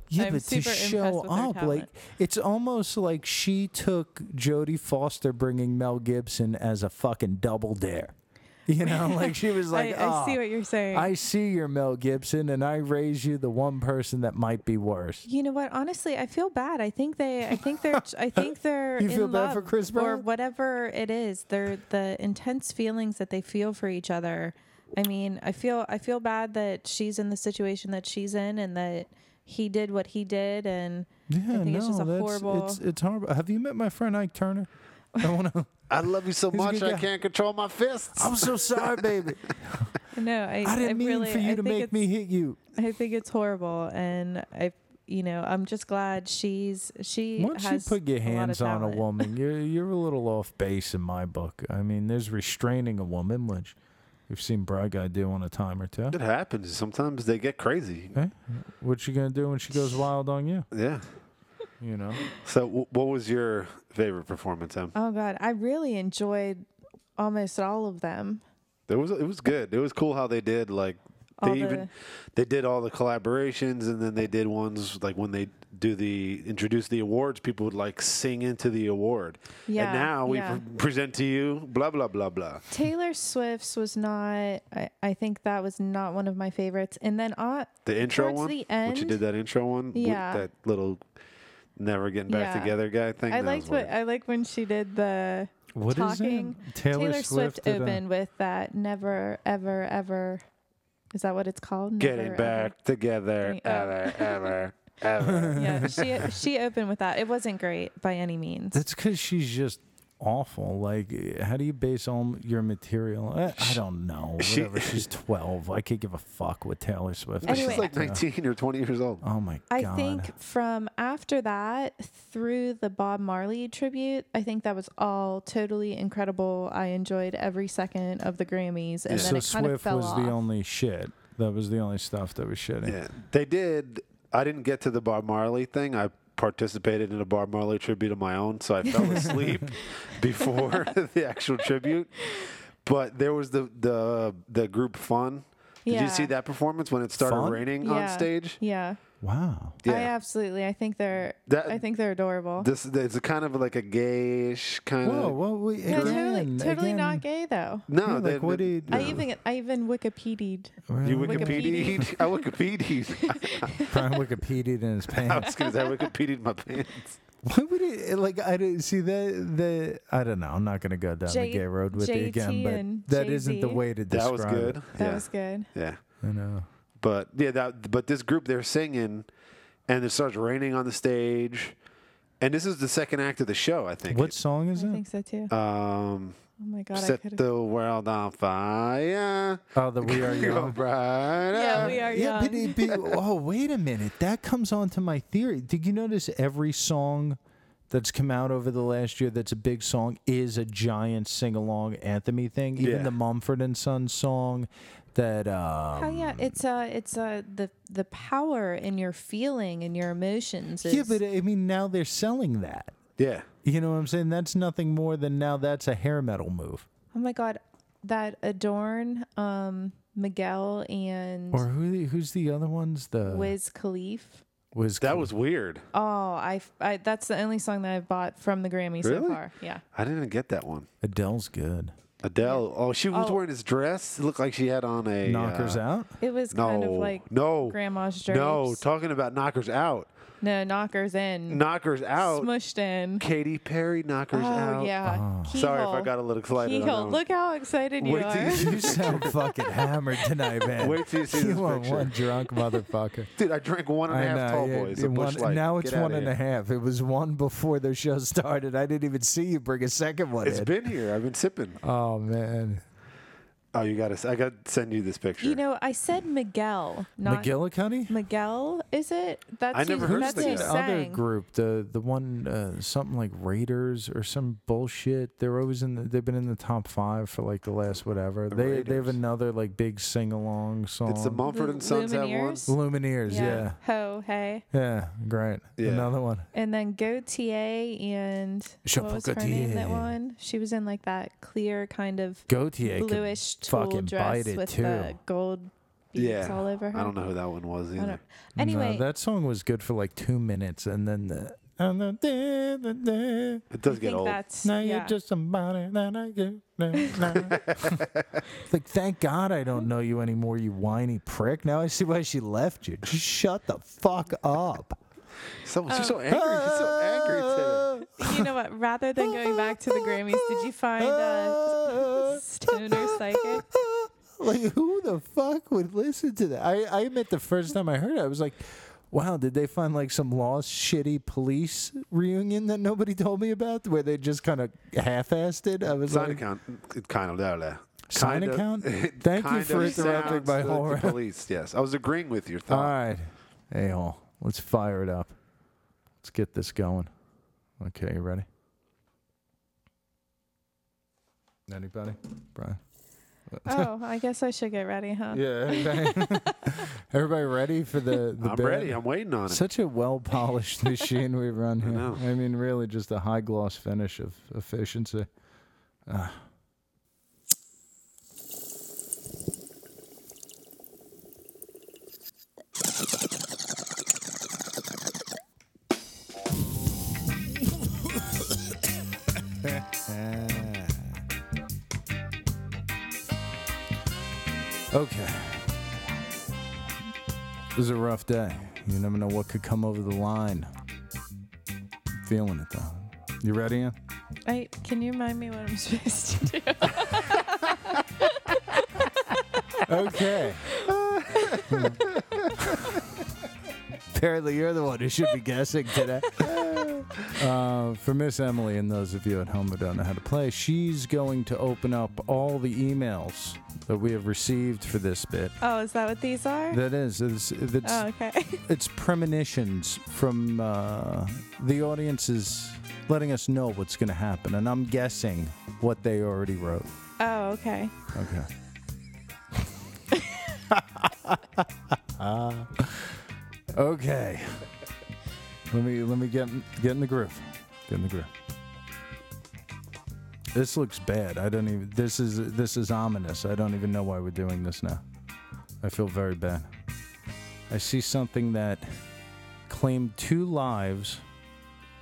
Yeah, I'm but to super impressed show with her up, like talent. it's almost like she took Jodie Foster bringing Mel Gibson as a fucking double dare. (laughs) You know, like she was like, (laughs) I, I see "Ah, what you're saying. I see you're Mel Gibson, and I raise you the one person that might be worse." you know what? Honestly, I feel bad. I think they, I (laughs) think they're, I think they're You in feel bad for love Chris or Brown? whatever it is. They're the intense feelings that they feel for each other. I mean, I feel, I feel bad that she's in the situation that she's in, and that he did what he did, and I think it's just a horrible. It's, it's horrible. Have you met my friend Ike Turner? I want (laughs) to. I love you so a much good I guy. can't control my fists. (laughs) I'm so sorry, baby. no, I, I didn't mean really, for you I to think make it's- me hit you. I think it's horrible, and I, you know, I'm just glad she's she. Once you has put your a lot of hands on a talent. woman, you're you're a little off base in my book. I mean, there's restraining a woman, which we've seen Bride Guy do on a time or two. It happens. Sometimes they get crazy. Okay? What you gonna do when she goes wild on you? Yeah. You know, So, w- what was your favorite performance, Em? Oh God, I really enjoyed almost all of them. It was it was good. It was cool how they did like they All even the- they did all the collaborations and then they did ones like when they do the introduce the awards, people would like sing into the award. Yeah, and now we yeah. pre- present to you blah blah blah blah. Taylor Swift's was not. I, I think that was not one of my favorites. And then uh, The intro towards one, the when she end, did that intro one, with Yeah. that little never getting back Yeah. together guy thing. I that liked was weird. what I like when she did the What is that? talking. Taylor Swift, Swift did a- opened with that never ever ever. Is that what it's called? getting Never, ever. back together Thing- oh. ever (laughs) ever ever. (laughs) yeah, she she opened with that. It wasn't great by any means. that's because she's just awful. Like, how do you base all your material? I, I don't know. She- Whatever. she's twelve. I could give a fuck with Taylor Swift. Anyway. She's like 19 or 20 years old. oh my I god. think from after that through the Bob Marley tribute, I think that was all totally incredible. I enjoyed every second of the Grammys, and so then it kind Swift of fell was off. the only shit. That was the only stuff that was shitting. Yeah, they did. I didn't get to the Bob Marley thing. I participated in a Bob Marley tribute of my own, so I fell (laughs) asleep before (laughs) the actual tribute. But there was the the the group Fun. Did Yeah. you see that performance when it started Fun? raining yeah. on stage? Yeah. Wow. Yeah. I absolutely. I think they're. That- I think they're adorable. This it's a kind of like a gayish kind Whoa, of. whoa, we, yeah, again, totally, totally again, not gay though. No, Yeah, like, they- what do you I No. even I even Wikipedia'd. you Wikipedia. Wikipedia? (laughs) I Wikipedia. Brian Wikipedia (laughs) in his I pants. was gonna say I Wikipedia my pants. Why would it like? I didn't see that. The I don't know. I'm not gonna go down J- the gay road with you JT again, and but that not the JZ. way to That (laughs) describe. was good. That yeah. was good. good. Yeah. It. I know. But yeah, that but this group they're singing, and it starts raining on the stage, And this is the second act of the show, I think. What song is I it? think so too. Um, oh my god, I set could have. the world on fire. Oh, the We Are Go Young. brighter. Yeah, we are Yeah, but, young. it- but- oh, wait a minute. That comes on to my theory. Did you notice every song that's come out over the last year that's a big song is a giant sing along anthemy thing? Even Yeah. the Mumford and Sons song that. Um, Oh yeah, it's uh it's uh the the power in your feeling and your emotions. Is, yeah, but I mean, now they're selling that. Yeah. You know what I'm saying? That's nothing more than now that's a hair metal move. oh my god, that Adorn, um, Miguel and Or who who's the other ones? uh, The Wiz Khalif. Wiz That was weird. Oh, I, f- I- that's the only song that I've bought from the Grammy so Really? far. Yeah. I didn't get that one. Adele's good. Adele. Oh, she was Oh. wearing this dress. It looked like she had on a Knockers uh, out. It was No, kind of like no, grandma's drapes. No, talking about knockers out. no knockers in, Knockers out. smushed in. Katy Perry knockers oh out. yeah. Sorry if I Keyhole. got a little excited on that Keyhole. one. Look how excited you Wait till are. you You sound fucking hammered tonight, man. Wait till you see this you are picture. one drunk motherfucker. Dude, I drank one and a half tall yeah, boys. it A bush one- light. now it's Get outta one and a here. half. It was one before the show (laughs) started. I didn't even see you bring a second one It's in. been here. I've been sipping. oh man, Oh, you got to. I got to send you this picture. You know, I said Miguel, not McGillicuddy. Miguel. Is it? That's I never who, heard of that's who the Miguel. other sang. group? The the one uh, something like Raiders or some bullshit. They're always in. The, they've been in the top five for like the last whatever. they they have Raiders. another like big sing along song. it's the Mumford Lu- and Sons have one. Lumineers. Lumineers? Yeah. Ho hey, yeah, great. Yeah. Another one. and then Gautier and what Chapeau was her name? Gaultier. That one. She was in like that clear kind of Gautier could bluish tulle fucking dress bite it with too. the gold beads Yeah. all over her. I don't know who that one was I either. don't- Anyway, no, that song was good for like two minutes, and then the. And the It I does get think old. that's now yeah. you're just somebody that I get. now, (laughs) now. It's like, thank God I don't know you anymore, you whiny prick. Now I see why she left you. Just shut the fuck up. Ah. So, she's Oh. so angry. She's so angry (laughs) today. you know what? Rather than going back to the Grammys, did you find (laughs) uh, Stoner Psychic? like who the fuck would listen to that? I I admit the first time I heard it, I was like, wow, did they find like some lost shitty police reunion that nobody told me about, where they just kind of half-assed it? I was Sign like, account. It Kind of. Blah, blah. Sign Kinda- account? it Thank you kind for of interrupting sounds my like whole the rant. police. Yes, I was agreeing with your all (laughs) thought. right, hey all, let's fire it up. Let's get this going. Okay, you ready? Anybody, Brian? Oh, I guess I should get ready, huh? Yeah, everybody, (laughs) everybody ready for the, the I'm band? ready. I'm waiting on it. Such a well (laughs) polished machine we run here. know. I, mean, really, just a high gloss finish of efficiency. Ah. (laughs) Okay. It was a rough day. You never know what could come over the line. Feeling it though. You ready, Ann? I, can you remind me what I'm (laughs) supposed to do? Okay. (laughs) Apparently, you're the one who should be guessing today. Uh, for Miss Emily and those of you at home who don't know how to play, she's going to open up all the emails that we have received for this bit. Oh, is that what these are? That is, it's, it's, oh, okay. (laughs) it's premonitions from uh, the audience is letting us know what's going to happen, and I'm guessing what they already wrote. oh, okay. (laughs) Okay. (laughs) okay. Let me let me get in- get in the groove. Get in the groove. This looks bad. I don't even. This is this is ominous. I don't even know why we're doing this now. I feel very bad. I see something that claimed two lives,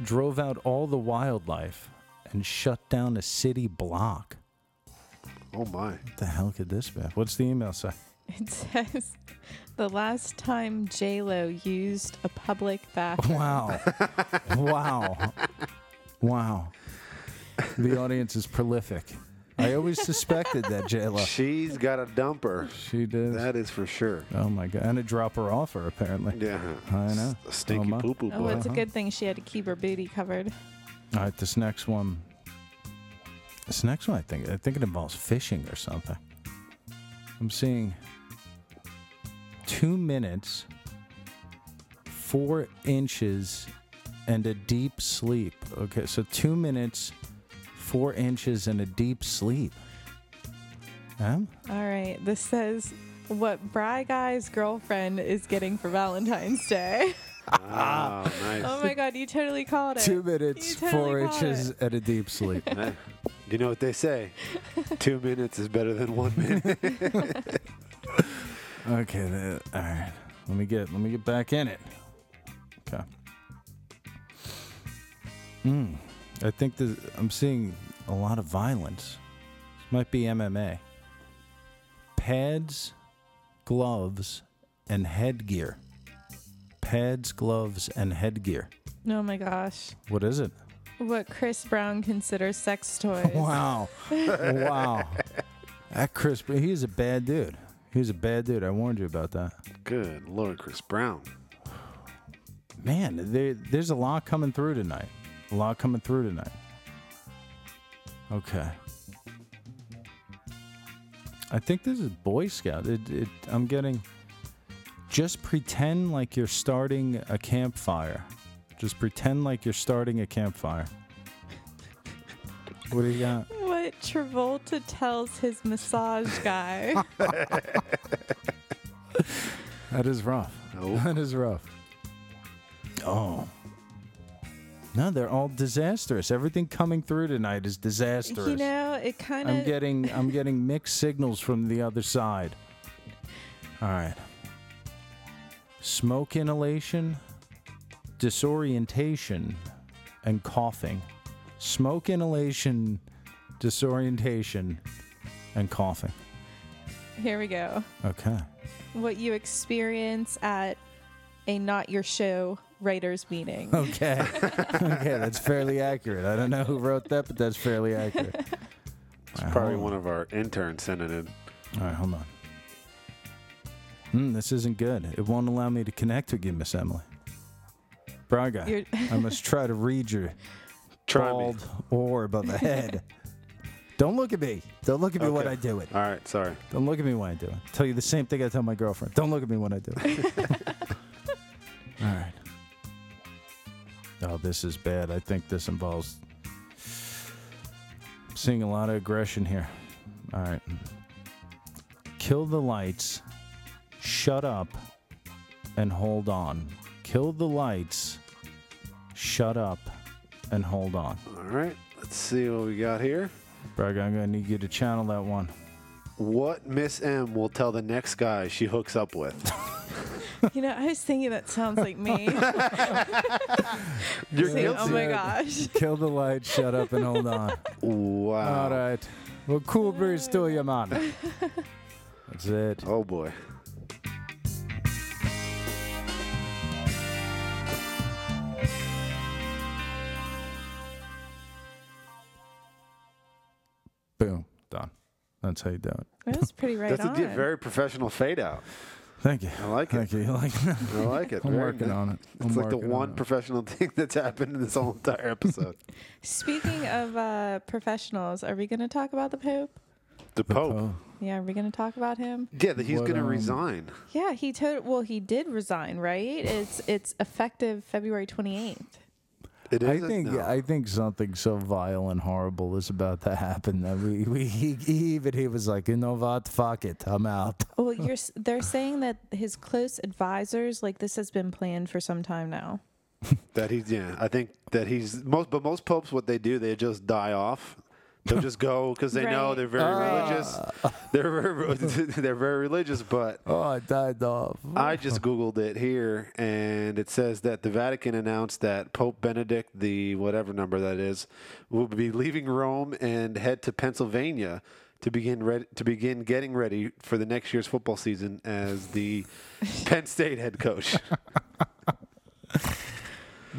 drove out all the wildlife, and shut down a city block. Oh my. What the hell could this be? What's the email say? It says the last time J Lo used a public (laughs) bathroom. Wow. wow. Wow. The audience is prolific. I always suspected that Jayla. She's got a dumper. She did. That is for sure. oh my god! And a dropper offer apparently. Yeah. I know. A stinky Oh, my. poo poo (laughs) Oh, boy. it's a good thing she had to keep her booty covered. All right, this next one. This next one, I think, I think it involves fishing or something. I'm seeing two minutes, four inches, and a deep sleep. Okay, so two minutes, four inches, and a deep sleep. Huh? All right. This says what Bry Guy's girlfriend is getting for Valentine's Day. (laughs) Oh, nice. oh my God, you totally called it. Two minutes, You totally four called inches, it. and a deep sleep. (laughs) Eh, You know what they say? (laughs) Two minutes is better than one minute. (laughs) Okay, the, all right. Let me get let me get back in it. Okay. Mm, I think the, I'm seeing a lot of violence. This might be MMA. Pads, gloves, and headgear. Pads, gloves, and headgear. Oh my gosh. What is it? What Chris Brown considers sex toys. Wow. wow. That Chris, he's a bad dude. He's a bad dude. I warned you about that. Good Lord, Chris Brown. man, there, there's a lot coming through tonight. A lot coming through tonight. Okay. I think this is Boy Scout. It, it, I'm getting. Just pretend like you're starting a campfire. Just pretend like you're starting a campfire. What do you got? What Travolta tells (laughs) his massage guy. That is rough. No. That is rough. Oh. No, they're all disastrous. Everything coming through tonight is disastrous. you know, it kind I'm of. getting (laughs) I'm getting mixed signals from the other side. All right. Smoke inhalation, disorientation, and coughing. Smoke inhalation, disorientation, and coughing. Here we go. Okay. (laughs) What you experience at a not your show writers (laughs) meeting. (laughs) Okay. okay, that's fairly accurate. I don't know who wrote that, but that's fairly accurate. It's probably one of our interns sending in. All right, hold on. Mm, this isn't good. It won't allow me to connect with you, Miss Emily. Braga, You're- I must try to read your Try me. bald orb of a head. Don't look at me. Don't look at me when Okay. I do it. All right, sorry. Don't look at me when I do it. Tell you the same thing I tell my girlfriend. Don't look at me when I do it. All right. Oh, this is bad. I think this involves I'm seeing a lot of aggression here. All right. Kill the lights. Shut up and hold on. Kill the lights. Shut up and hold on. All right, let's see what we got here. Braga, I'm gonna need you to channel that one. What Miss M will tell the next guy she hooks up with. (laughs) you know, I was thinking that sounds (laughs) like me. You're Like, oh guilty. my gosh. (laughs) Kill the lights. Shut up and hold on. Wow. All right. Well, cool breeze to you, (laughs) man. That's it. Oh boy. Boom. Done. That's how you do it. That was pretty right That's a on. di- very professional fade out. Thank you. I like Thank it. you. (laughs) You like that? I like it. I'm Very working nice. on it. I'm It's like the working on one it. professional (laughs) thing that's happened in this whole entire episode. Speaking of uh, professionals, are we going to talk about the Pope? the Pope. Oh, Yeah, are we going to talk about him? Yeah, that he's What, going to um, resign. Yeah, he to- well, he did resign, right? It's it's effective February 28th. It I isn't? think No. I think something so vile and horrible is about to happen that we, we he, he even he was like, you know what? Fuck it. I'm out. (laughs) Well, you're s- they're saying that his close advisors like this has been planned for some time now. That he's yeah. I think that he's most, but most popes, what they do, they just die off. They'll just go because they know Right. they're very religious. They're very, (laughs) they're very religious, but Oh, I died off. I just googled it here, and it says that the Vatican announced that Pope Benedict the whatever number that is will be leaving Rome and head to Pennsylvania to begin re- to begin getting ready for the next year's football (laughs) season as the Penn State head coach.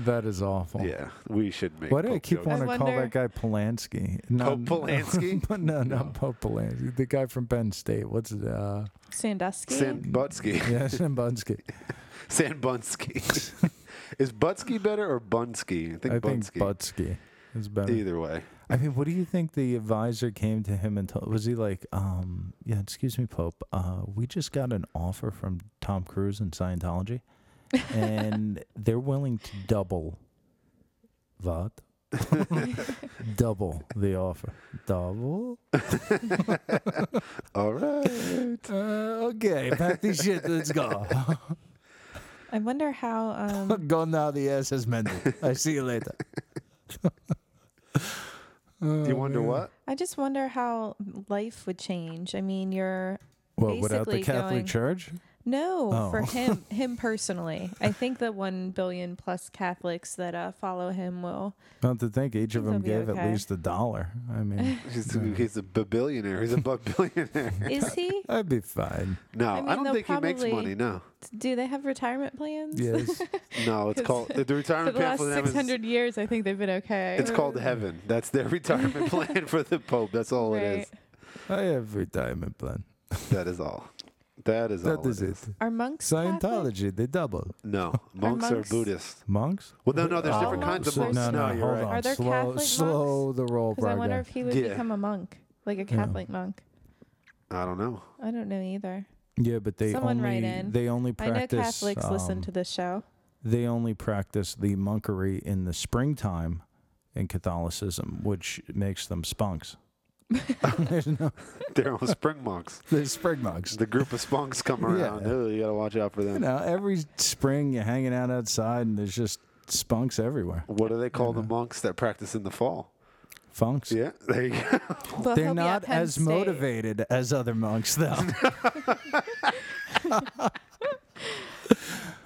That is awful. Yeah, we should make. Why do I Pope keep jokes. wanting I to call wonder- that guy Polanski? No, Pope Polanski? but (laughs) no, not Pope Polanski. The guy from Penn State. What's it? Uh, (laughs) Sandusky. Sandbutsky. yeah, Simbunsky. (laughs) Sandbunsky. Is Butsky better or Bunsky? I think I think Bunsky. Butsky is better. Either way. I mean, what do you think the advisor came to him and told? Was he like, um, yeah, excuse me, Pope, uh, we just got an offer from Tom Cruise in (laughs) Scientology, and they're willing to double, (laughs) what? double the offer. Double? (laughs) All right. Uh, okay, pack this shit, let's go. (laughs) I wonder how. Um, go now, the ass is mended. I see you later. Uh, you wonder what? I just wonder how life would change. I mean, you're Well, basically without the Catholic going, Church? No, Oh. for (laughs) him, him personally. I think the one billion plus Catholics that uh, follow him will. Not to think each of Think them they'll be gave at okay. least a dollar. I (laughs) mean, He's, he's a billionaire. He's a (laughs) billionaire. (laughs) Is he? I'd be fine. No, I, mean, don't they'll think he probably- makes money. No, Do they have retirement plans? Yes. no. It's called the (laughs) For retirement the plan last for them. six Is, hundred years, I think they've been okay. it's called heaven. That's their (laughs) retirement plan for the Pope. That's all it Right. is. I have retirement plan. That is all. That is all. That is it. Are monks Catholic? Scientology, they double. No, monks are monks- Buddhists. Monks? Well, no, no. There's Oh, different kinds of so- monks. No, No, no, you're hold right. on. Are there slow, Catholic slow the roll, Because I bro. wonder if he would Yeah. become a monk, like a Catholic monk. I don't know. (laughs) I don't know either. yeah, but they Someone only write in. they only I practice. know Catholics listen um, to this show. They only practice the monkery in the springtime in Catholicism, which makes them spunks. (laughs) There's no, They're all spring monks. they spring monks. The (laughs) group of spunks come around. Yeah. Ooh, you gotta watch out for You them. know, every spring you're hanging out outside and there's just spunks everywhere. What do they call the monks that practice in the fall? Funks. Yeah, there you go. Well, They're he'll be not at Penn as State. motivated as other monks, though.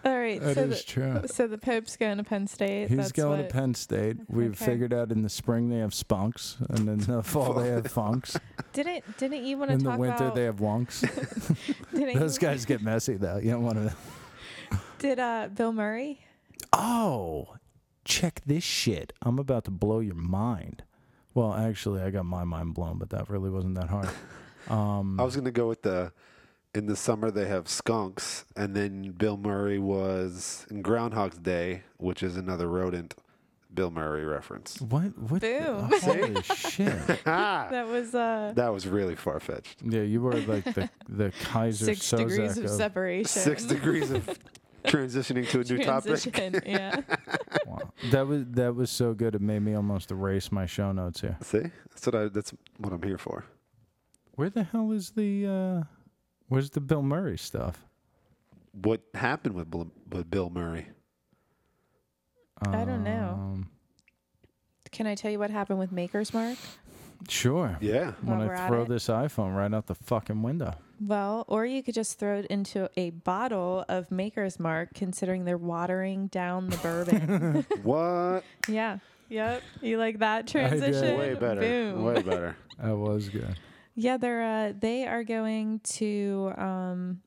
All right, (laughs) That so is the, true. So the Pope's going to Penn State. He's That's going what- to Penn State. We've Okay. figured out in the spring they have spunks, and in the fall they (laughs) have (laughs) funks. Didn't didn't you want to In the talk winter about they have (laughs) wonks. didn't Those you- guys get messy though. You don't want to. Did uh, Bill Murray? (laughs) Oh, check this shit! I'm about to blow your mind. Well, actually, I got my mind blown, but that really wasn't that hard. Mm. I was gonna go with the. In the summer they have skunks, and then Bill Murray was in Groundhog's Day, which is another rodent. Bill Murray (laughs) reference. What? What? the- (laughs) Holy shit! That was uh, That was really far fetched. Yeah, you were like the (laughs) the Kaiser six Sozak degrees of of- separation. Six (laughs) degrees of transitioning to a new topic. Transition, (laughs) yeah. Wow. That was that was so good. It made me almost erase my show notes here. See, that's what I. That's what I'm here for. Where the hell is the? uh Where's the Bill Murray stuff? What happened with Bill, with Bill Murray? I don't know. Um, Can I tell you what happened with Maker's Mark? sure. Yeah, (laughs) When While we're I at throw it. this iPhone right out the fucking window. Well, or you could just throw it into a bottle of Maker's Mark, considering they're watering down the bourbon. (laughs) (laughs) what? yeah. Yep. You like that did. transition? Way better. Boom. Way better. That was good. Yeah, they're uh, they are going to um,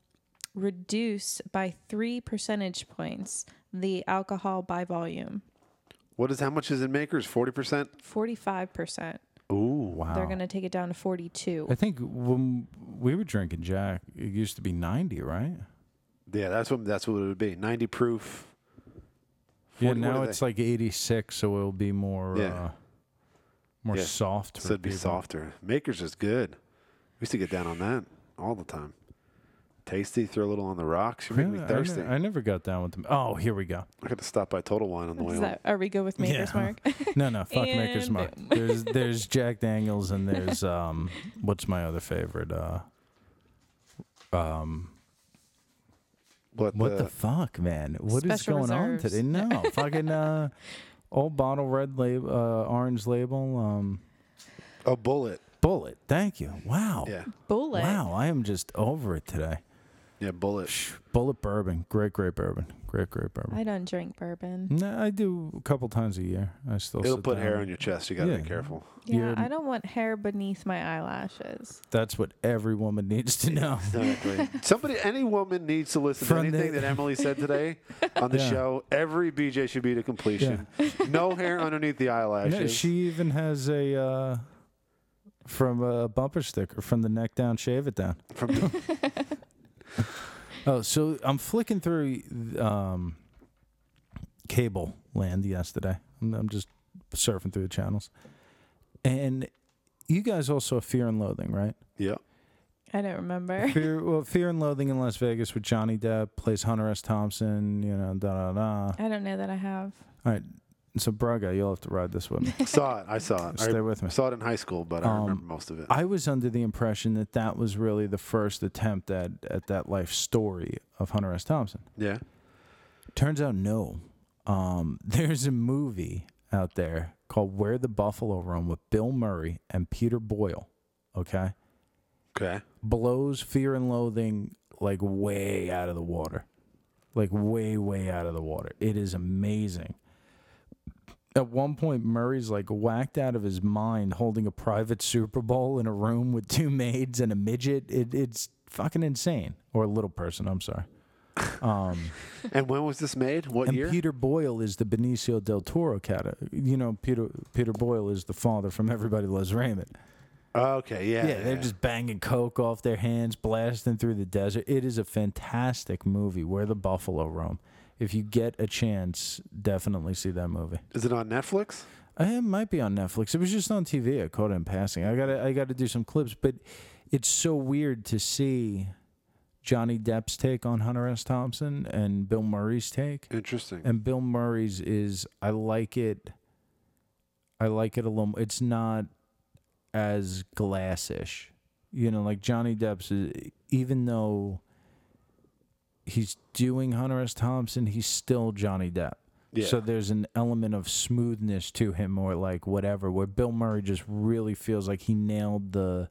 reduce by three percentage points the alcohol by volume, What is how much is in Makers? Forty percent. forty five percent. Ooh, Wow. They're going to take it down to forty two. I think when we were drinking Jack, it used to be 90, right? Yeah, that's what that's what it would be. Ninety proof. Yeah, 40 what now are it's they? like 86, so it'll be more Yeah. uh, more Yeah. soft. So for it'd be people. softer. Makers is good. We used to get down on that all the time. Tasty. Throw a little on the rocks. You're Yeah, making me I ne- thirsty. I, I, never got down with them. Oh, here we go. got to stop by Total Wine on the way. Is home. that, are we good with Maker's Yeah. Mark? (laughs) (laughs) No, no, fuck Maker's And Mark. boom. There's there's (laughs) Jack Daniels and there's um what's my other favorite? Uh What, what the? the fuck, man? What is Special going reserves. on today? (laughs) No, fucking uh old bottle red label uh orange label um a oh, bullet. bullet. Thank you. Wow. Yeah. Bullet. Wow, I am just over it today. Yeah, bullet. Bullet bourbon, great, great bourbon, great, great bourbon. I don't drink bourbon. no, I do a couple times a year. I still It'll sit put down. hair on your chest. You gotta Yeah. be (laughs) careful. Yeah, You're- I don't want hair beneath my eyelashes. That's what every woman needs to know. Exactly. Somebody, any woman needs to listen From to anything the- that Emily (laughs) said today on the Yeah. show. Every BJ should be to completion. No hair underneath the eyelashes. No, she even has a uh, from a bumper sticker from the neck down, shave it down. From the- (laughs) Oh, so I'm flicking through um, cable land yesterday. I'm, I'm just surfing through the channels, and you guys also have Fear and Loathing, right? yeah. I (laughs) don't remember. Fear, well, Fear and Loathing in Las Vegas with Johnny Depp plays Hunter S. Thompson. You know, da da da. I don't know that I have. All right, so Braga, you'll have to ride this with me. Saw it. I saw it. Stay I with me. Um, saw it in high school, but I remember most of it. I was under the impression that that was really the first attempt at, at that life story of Hunter S. Thompson. yeah. Turns out, no. Um, (laughs) there's a movie out there called Where the Buffalo Roam with Bill Murray and Peter Boyle. Okay. Okay. Blows Fear and Loathing like way out of the water. Like way, way out of the water. It is amazing. At one point, Murray's like whacked out of his mind holding a private Super Bowl in a room with two maids and a midget. It, it's fucking insane. Or a little person, I'm sorry. And when was this made? What And year? Peter Boyle is the Benicio del Toro cat. You know, Peter Peter Boyle is the father from Everybody Loves Raymond. Oh, okay. Yeah. Yeah, they're just banging coke off their hands, blasting through the desert. It is a fantastic movie. Where the buffalo roam. If you get a chance, definitely see that movie. Is it on Netflix? Uh, It might be on Netflix. It was just on TV. I caught it in passing. I got I got to do some clips, but it's so weird to see Johnny Depp's take on Hunter S. Thompson and Bill Murray's take. Interesting. And Bill Murray's is I like it. I like it a little. It's not as glassish, you know. Like Johnny Depp's, is, even though he's doing Hunter S. Thompson, he's still Johnny Depp. Yeah. So there's an element of smoothness to him, or like whatever. Where Bill Murray just really feels like he nailed the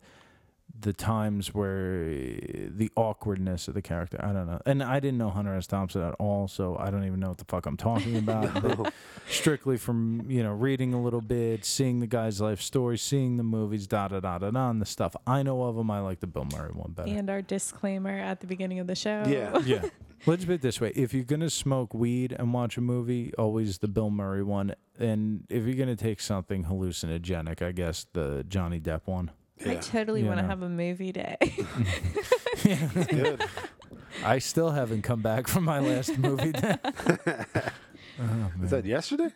the times where eh, the awkwardness of the character. I don't know. And I didn't know Hunter S. Thompson at all, so I don't even know what the fuck I'm talking about. but Strictly from, you know, reading a little bit, seeing the guy's life story, seeing the movies, da da da da da, and the stuff I know of him. I like the Bill Murray one better. And our disclaimer at the beginning of the show. yeah. (laughs) Yeah. Let's put it this way: if you're gonna smoke weed and watch a movie, always the Bill Murray one. And if you're gonna take something hallucinogenic, I guess the Johnny Depp one. (laughs) I totally You want to know. have a movie day. (laughs) Good. I still haven't come back from my last movie. Is that yesterday?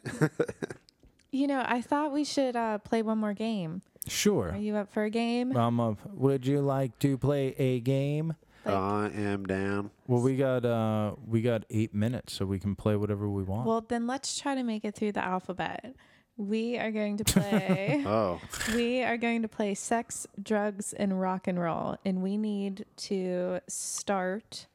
you know, I thought we should uh, play one more game. sure. Are you up for a game? I'm up. Would you like to play a game? I am down. Well, we got uh, we got eight minutes, so we can play whatever we want. Well, then let's try to make it through the alphabet. We are going to play. Oh. we are going to play sex, drugs, and rock and roll, and we need to start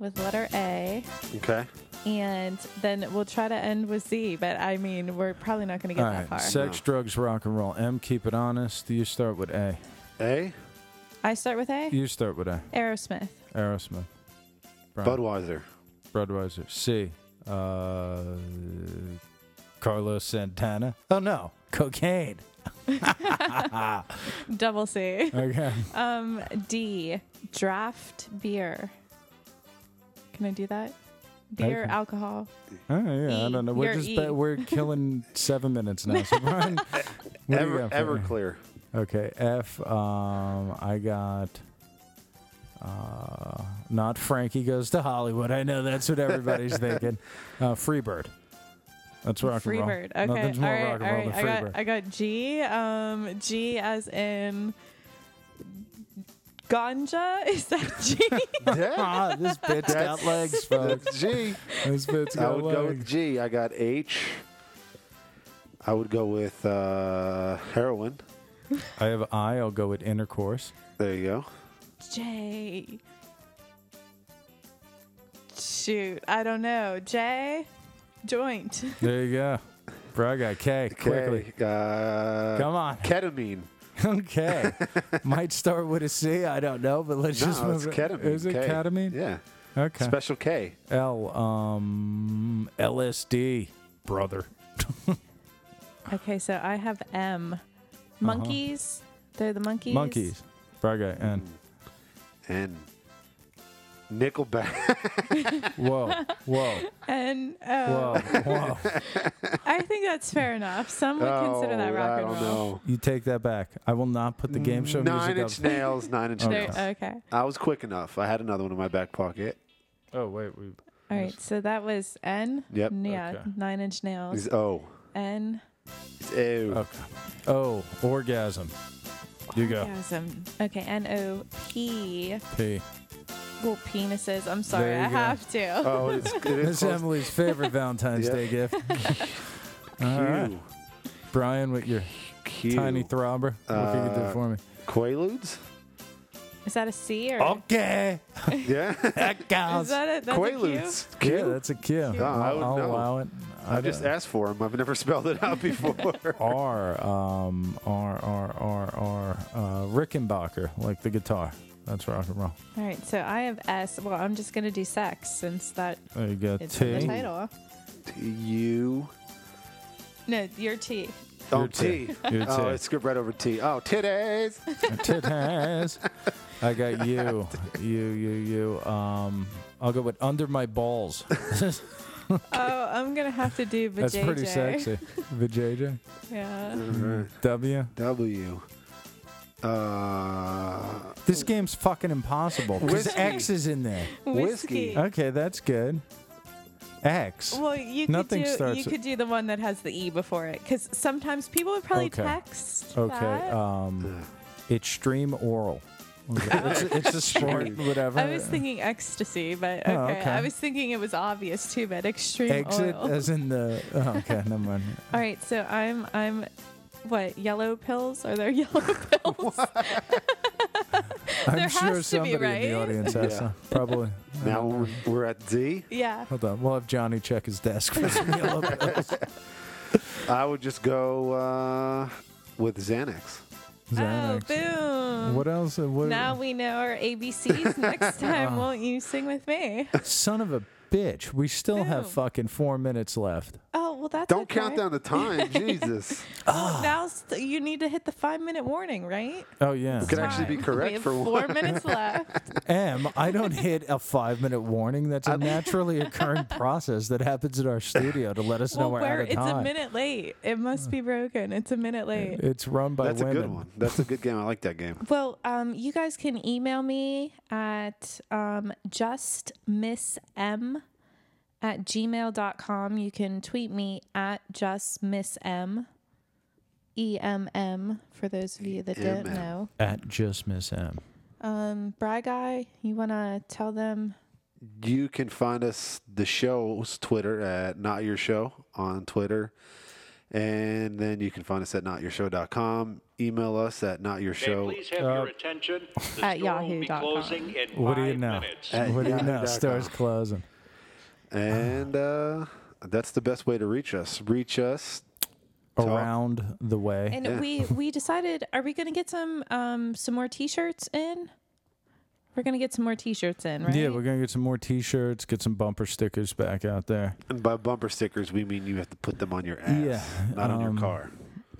with letter A, Okay. and then we'll try to end with Z. But I mean, we're probably not going to get All right. that far. Sex, drugs, rock and roll. M, keep it honest. You start with A. A. I start with A. You start with A. Aerosmith. Aerosmith. Brian. Budweiser. Budweiser. C. Uh, Carlos Santana. Oh no, cocaine. Double C. Okay. Um, D. Draft beer. Can I do that? Beer, Okay. alcohol. Oh, yeah, I E. don't know. We're You're just E. ba- we're killing seven minutes now. So Brian, (laughs) what do you Ever, got for me? Everclear. Okay. F. Um, I got. Uh, not Frankie goes to Hollywood. I know that's what everybody's (laughs) thinking. Uh, Freebird. That's rock Freebird. and roll. Okay. Nothing's more all right. rock and roll all than right. I Freebird. got I got G. Um, G as in ganja. (laughs) Is that G? (laughs) Yeah. ah, this bitch got legs, folks. That's G. (laughs) This bitch I got would legs. go with G. I got H. I would go with uh, heroin. I have I. I'll go with intercourse. There you go. J. Shoot, I don't know. J. (sighs) Joint. There you go. Bro, I got K. Okay. Quickly. (laughs) Uh, Come on. Ketamine. (laughs) Okay. Might start with a C. I don't know, but let's just No, move it's it. ketamine. Is it K. ketamine? Yeah. Okay. Special K. L um LSD, brother. Okay, so I have M. Monkeys. They're the monkeys. Uh-huh. Monkeys. Burger and And (laughs) Nickelback. Mm. whoa, (laughs) whoa, And uh, whoa, whoa. I think that's fair enough. Some would consider that Oh, rock I and don't roll. know. You take that back. I will not put the game show Mm, Nine music Inch up. Nails. Nine (laughs) Inch There- Nails. okay. I was quick enough. I had another one in my back pocket. Oh wait, we All right. So that was N. Yep. Yeah. Okay. Nine inch nails. He's O. N. He's O. okay. Oh, orgasm. You go. Orgasm. Okay. N O P. P. Well, penises. I'm sorry. There you I go. Uh, have to. Oh, it's, it is Miss close. Emily's (laughs) favorite Valentine's Yeah. Day gift. Q. All right. Brian with your Q. tiny throbber. if you could do Uh, it for me. Quaaludes? (laughs) Is that a C uh, or? (laughs) Okay. Yeah. That Is counts. that a, that's (laughs) a Quaaludes. Q. Yeah, that's a Q. Yeah, I I'll, would I'll know. allow it. I just asked for them. I've never (laughs) spelled it out (laughs) before. R, um, R, R, R, R, uh, Rickenbacker, like the guitar. That's rock and roll. All right. So I have S. Well, I'm just gonna do sex since that There you go. it's in the T. (laughs) title. U. No, your T. Oh, Your T. T. Your T. Oh, it's skipped right over T. Oh, titties. Titties. I got you. (laughs) You, you, you. Um, I'll go with under my balls. (laughs) Oh, I'm gonna have to do. That's vajayjay. pretty sexy. Vijay. (laughs) Yeah. W. W. Uh, This game's fucking impossible. Because Whiskey. X is in there. Whiskey. Whiskey. Okay, that's good. X. Well, you could Nothing do starts you with- could do the one that has the e before it because sometimes people would probably Okay. text. Okay. that. Um, it's stream (laughs) oral. it's, it's a sport, whatever. I was thinking ecstasy, but okay. Oh, okay. I was thinking it was obvious too, but extreme Exit oil. as in the. Oh, okay, never (laughs) mind. All right, so I'm I'm what yellow pills? Are there (laughs) yellow pills? I'm There sure has to somebody be, in right? the audience has Yeah. some. Probably. now we're, we're at D. yeah. Hold on. We'll have Johnny check his desk for some (laughs) yellow Oh, pills. I would just go uh, with Xanax. Oh, Xanax. boom. What else? uh, What, now we know our (laughs) ABCs. Next Ah. time, won't you sing with me? Son of a bitch. We still have Boom. fucking four minutes left. Oh well, that's Don't okay. count down the time. Jesus. Now st- you need to hit the five minute warning, right? Oh, yeah. Could actually be Time. correct we have for four one. (laughs) minutes left. M, I don't hit a five minute warning. (laughs) That's a naturally occurring process that happens in our studio to let us know well, we're, where out of it's time. a minute late. It must be broken. It's a minute late. It's run by That's a women. good one. That's a good game. I like that game. Well, um, you guys can email me at um, justmissm at gmail.com. You can tweet me at justmissm, E-M-M, for those of you that don't E EMM. know. At just miss M. Um, Bry Guy, you want to tell them? You can find us the show's Twitter at Not Your Show on Twitter. And then you can find us at notyourshow.com. Email us at notyourshow. Please have your attention. The At store will be yahoo.com. closing in What do you five know? minutes. At What do you know? (laughs) yahoo.com. Stores closing. And uh, that's the best way to reach us. Reach us. Around the way. And we, we decided, are we going to get some um, some more t-shirts in? We're going to get some more t-shirts in, right? Yeah, we're gonna get some more T-shirts, get some bumper stickers back out there. And by bumper stickers, we mean you have to put them on your ass, Yeah, not um, on your car.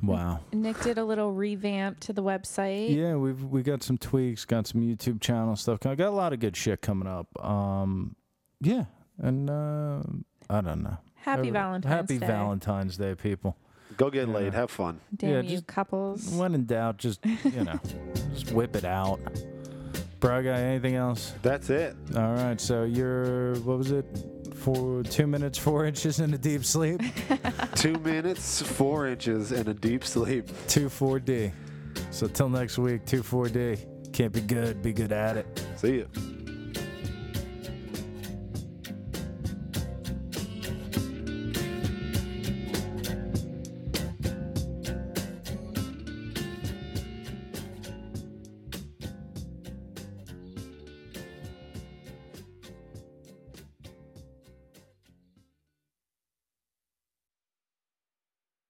Wow. Nick did a little revamp to the website. Yeah, we've we got some tweaks, got some YouTube channel stuff. I got a lot of good shit coming up. Um, yeah, and uh, I don't know. Happy Every- Valentine's Happy Day. Valentine's Day, people. Go get laid. Have fun. Damn Yeah, you, just- couples. When in doubt, just you (laughs) know, just whip it out. Bro, guy, anything else? That's it. All right, so you're what was it? For two minutes, four (laughs) inches in a deep sleep. Two minutes, four inches, and a deep sleep. Two four D. So till next week, two four D. Can't be good, be good at it. See you.